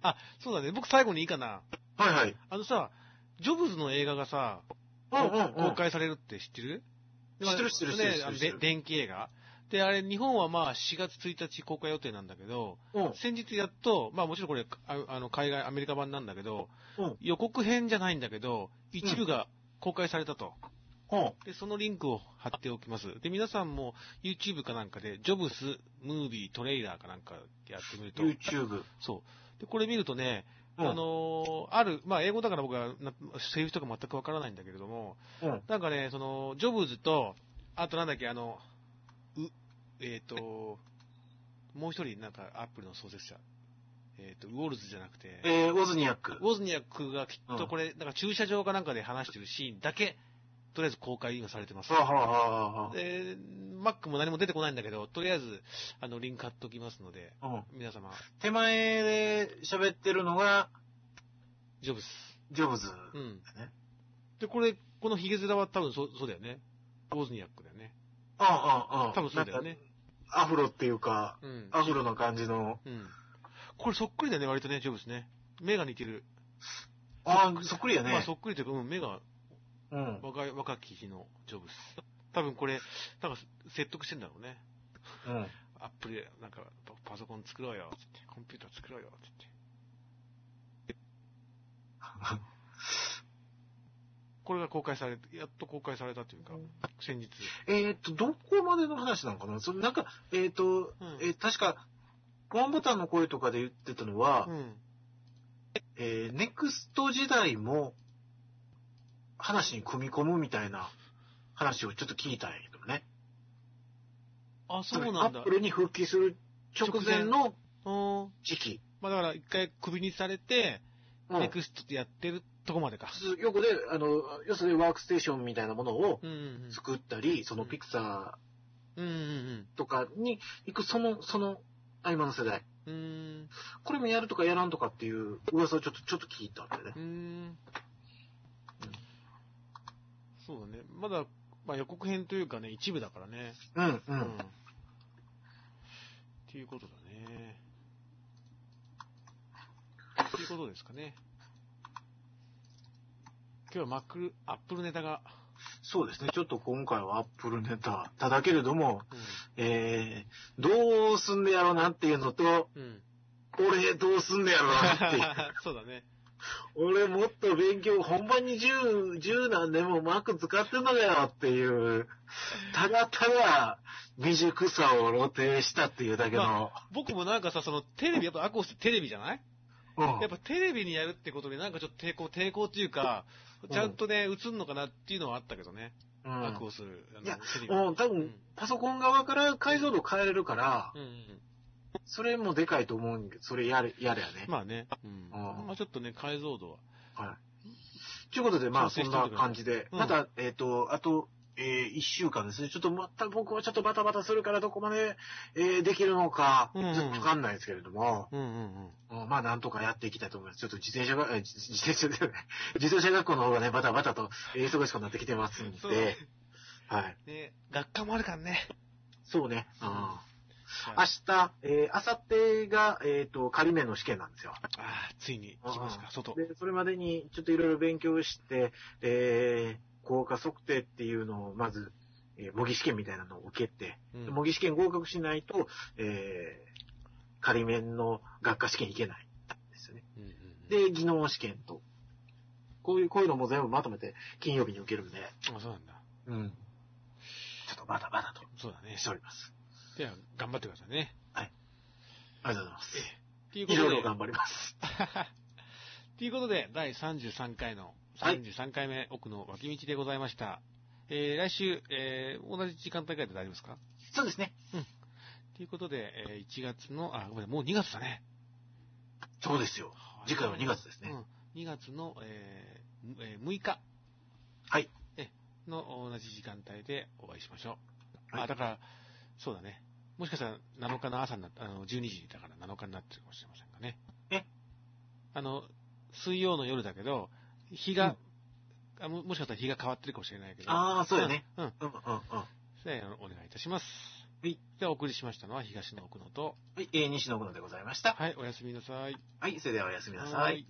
[SPEAKER 1] あ、そうだね。僕最後にいいかな。
[SPEAKER 2] はいはい。
[SPEAKER 1] あのさ、ジョブズの映画がさ、
[SPEAKER 2] うんうんうん
[SPEAKER 1] 公開されるって知ってる
[SPEAKER 2] 知ってる知ってる知ってる
[SPEAKER 1] ねあの
[SPEAKER 2] 知って
[SPEAKER 1] で
[SPEAKER 2] る
[SPEAKER 1] 電気映画。で、あれ、日本はまあ4月1日公開予定なんだけど、
[SPEAKER 2] うん。
[SPEAKER 1] 先日やっと、まあもちろんこれ、ああの海外、アメリカ版なんだけど、
[SPEAKER 2] うん
[SPEAKER 1] 予告編じゃないんだけど、一部が公開されたと。
[SPEAKER 2] うん。
[SPEAKER 1] で、そのリンクを貼っておきます。で、皆さんも YouTube かなんかで、ジョブスムービートレーラーかなんかやってみると、
[SPEAKER 2] YouTube。
[SPEAKER 1] そう。で、これ見るとね、
[SPEAKER 2] うん
[SPEAKER 1] あのーある、まあ、英語だから僕はな、セリフとか全くわからないんだけれども、
[SPEAKER 2] うん。
[SPEAKER 1] なんかね、その、ジョブズと、あとなんだっけ、あの、う、えっ、と、もう一人、なんか、アップルの創設者、えっ、と、ウォルズじゃなくて、
[SPEAKER 2] えー、オズニアッ
[SPEAKER 1] ウ
[SPEAKER 2] ク。
[SPEAKER 1] ォズニアックがきっとこれ、なんか駐車場かなんかで話してるシーンだけ、とりあえず公開今されてます
[SPEAKER 2] は。あ、はあはあは
[SPEAKER 1] で、マックも何も出てこないんだけど、とりあえず、あの、リンク貼っときますので、
[SPEAKER 2] あ、うん。
[SPEAKER 1] 皆様、
[SPEAKER 2] 手前で喋ってるのが、
[SPEAKER 1] ジョブズ。
[SPEAKER 2] ジョブズ。
[SPEAKER 1] うん
[SPEAKER 2] だね。
[SPEAKER 1] で、これ、このヒゲ面は多分そう、そうだよね。ウォズニアックだよね。
[SPEAKER 2] ああ、ああ。
[SPEAKER 1] 多分そうだよね。
[SPEAKER 2] アフロっていうか、
[SPEAKER 1] うん。
[SPEAKER 2] アフロの感じの。
[SPEAKER 1] うん。これそっくりだね、割とね、ジョブズね。目が似てる。
[SPEAKER 2] ああ、そっくりやね。
[SPEAKER 1] まあそっくりというか、うん、目が
[SPEAKER 2] うん。
[SPEAKER 1] 若い若き日のジョブズ。多分これ、なんか説得してんだろうね。
[SPEAKER 2] うん。
[SPEAKER 1] アップル、なんかパソコン作ろうよ、つって。コンピューター作ろうよ、つ
[SPEAKER 2] [LAUGHS]
[SPEAKER 1] って。これが公開されて、やっと公開されたというか、先日。
[SPEAKER 2] えっ、と、どこまでの話なのかなそれなんか、えっ、と、
[SPEAKER 1] うん
[SPEAKER 2] えー確か、ワンボタンの声とかで言ってたのは、
[SPEAKER 1] うん。
[SPEAKER 2] えーネクスト時代も、話に組み込むみたいな話をちょっと聞いたんやけどね。
[SPEAKER 1] あ、そうなん
[SPEAKER 2] ア
[SPEAKER 1] だ
[SPEAKER 2] ップ。ルに復帰する直前の
[SPEAKER 1] うん。
[SPEAKER 2] 時期。
[SPEAKER 1] まあだから一回クビにされて、
[SPEAKER 2] う
[SPEAKER 1] ネ
[SPEAKER 2] ん。
[SPEAKER 1] クストってやってるとこまでか。
[SPEAKER 2] よくね、あの、要するにワークステーションみたいなものを
[SPEAKER 1] うんうん
[SPEAKER 2] 作ったり、そうの
[SPEAKER 1] ん
[SPEAKER 2] ピクサ
[SPEAKER 1] うん。うんうん
[SPEAKER 2] ーとかに行く、その、その、合間の世代。
[SPEAKER 1] うん。うーん。
[SPEAKER 2] これもやるとかやらんとかっていう噂をちょっと、ちょっと聞いたんだよね
[SPEAKER 1] う。ーん。そうだね。まだ、まあ予告編というかね、一部だからね。
[SPEAKER 2] うん、う。
[SPEAKER 1] うんっていうことだね。っていうことですかね。今日はマックル、アップルネタが、
[SPEAKER 2] そうですね。ちょっと今回はアップルネタ。ただけれども、
[SPEAKER 1] う
[SPEAKER 2] えー、どうすんねやろなっていうのと、
[SPEAKER 1] ん。うん。 [LAUGHS]
[SPEAKER 2] 俺どうすんねやろなっていう。
[SPEAKER 1] そうだね。
[SPEAKER 2] 俺もっと勉強、本番に10、10何年もマーク使ってんのかよっていう、ただただ未熟さを露呈したっていうだけの、
[SPEAKER 1] 僕もなんかさ、そのテレビ、やっぱアコーステレビじゃない
[SPEAKER 2] うん
[SPEAKER 1] やっぱテレビにやるってことでなんかちょっと抵抗、抵抗っていうか、ちゃんとね、映んのかなっていうのはあったけどね。
[SPEAKER 2] うん
[SPEAKER 1] 悪をする。あの
[SPEAKER 2] いや
[SPEAKER 1] テレビ。うん。
[SPEAKER 2] うん、多
[SPEAKER 1] う
[SPEAKER 2] 分
[SPEAKER 1] ん、
[SPEAKER 2] パソコン側から解像度変えれるから、
[SPEAKER 1] うん。
[SPEAKER 2] それもでかいと思うんだけど、それやれ、やれやね。
[SPEAKER 1] まあね。うん。
[SPEAKER 2] うん
[SPEAKER 1] まあちょっとね、解像度は。
[SPEAKER 2] ということで、まあ、
[SPEAKER 1] 調整
[SPEAKER 2] そ
[SPEAKER 1] し
[SPEAKER 2] ん
[SPEAKER 1] ておい
[SPEAKER 2] な
[SPEAKER 1] てください
[SPEAKER 2] 感じで、
[SPEAKER 1] うん
[SPEAKER 2] また、えっ、と、あと、えー一週間ですね。ちょっとまた、僕はちょっとバタバタするから、どこまで、えーできるのか、ち
[SPEAKER 1] うん
[SPEAKER 2] ょ
[SPEAKER 1] うん
[SPEAKER 2] っとわかんないですけれども、
[SPEAKER 1] うんうん
[SPEAKER 2] うんまあ、なんとかやっていきたいと思います。ちょっと自転車が、えー自自転車で、 [LAUGHS] 自動車学校の方がね、バタバタと、えー忙しくなってきてますん
[SPEAKER 1] そう
[SPEAKER 2] で、はい。
[SPEAKER 1] うん。ね、学科もあるからね。
[SPEAKER 2] そうね。うん
[SPEAKER 1] うん
[SPEAKER 2] 明日、えー、明後日が、えっ、と、仮面の試験なんですよ。
[SPEAKER 1] ああ、ついに来ましたか、外。
[SPEAKER 2] で、それまでにちょっといろいろ勉強して、えー、効果測定っていうのをまず、えー模擬試験みたいなのを受けて、
[SPEAKER 1] うん
[SPEAKER 2] 模擬試験合格しないと、えー、仮面の学科試験いけない。ですよね。
[SPEAKER 1] うんうんうん
[SPEAKER 2] で、技能試験と。こういう、こういうのも全部まとめて金曜日に受けるんで、
[SPEAKER 1] あ、そうなんだ。
[SPEAKER 2] うん。ちょっとバタバタと
[SPEAKER 1] そうだね。
[SPEAKER 2] しております。
[SPEAKER 1] では、頑張ってくださいね。
[SPEAKER 2] ありがとうございます。
[SPEAKER 1] というこ
[SPEAKER 2] いろ
[SPEAKER 1] と
[SPEAKER 2] いろ
[SPEAKER 1] で、
[SPEAKER 2] 頑張ります。
[SPEAKER 1] [LAUGHS] ということで、第33回の、
[SPEAKER 2] はい
[SPEAKER 1] 33回目、奥の脇道でございました。えー、来週、えー、同じ時間帯ぐらいで大丈夫ですか
[SPEAKER 2] そうですね。
[SPEAKER 1] ということで、えー1月の、あ、ごめん、もう2月だね。
[SPEAKER 2] そうですよ。次回は2月ですね。
[SPEAKER 1] うん。2月の、えーむえー6日。
[SPEAKER 2] はい。
[SPEAKER 1] え、の同じ時間帯でお会いしましょう。
[SPEAKER 2] はい
[SPEAKER 1] あ、だから、そうだね。もしかしたら7日の朝になっあの、12時だから7日になってるかもしれませんがね。
[SPEAKER 2] え
[SPEAKER 1] あの、水曜の夜だけど、日が、あももしかしたら日が変わってるかもしれないけど。
[SPEAKER 2] ああ、そうやね。
[SPEAKER 1] うん。うん。
[SPEAKER 2] うんうんうん。
[SPEAKER 1] でお願いいたします。
[SPEAKER 2] はい。
[SPEAKER 1] では、お送りしましたのは東の奥野と、
[SPEAKER 2] はい、えー西野久野でございました。
[SPEAKER 1] はい、おやすみなさい。
[SPEAKER 2] はい、それではおやすみなさ。
[SPEAKER 1] はいい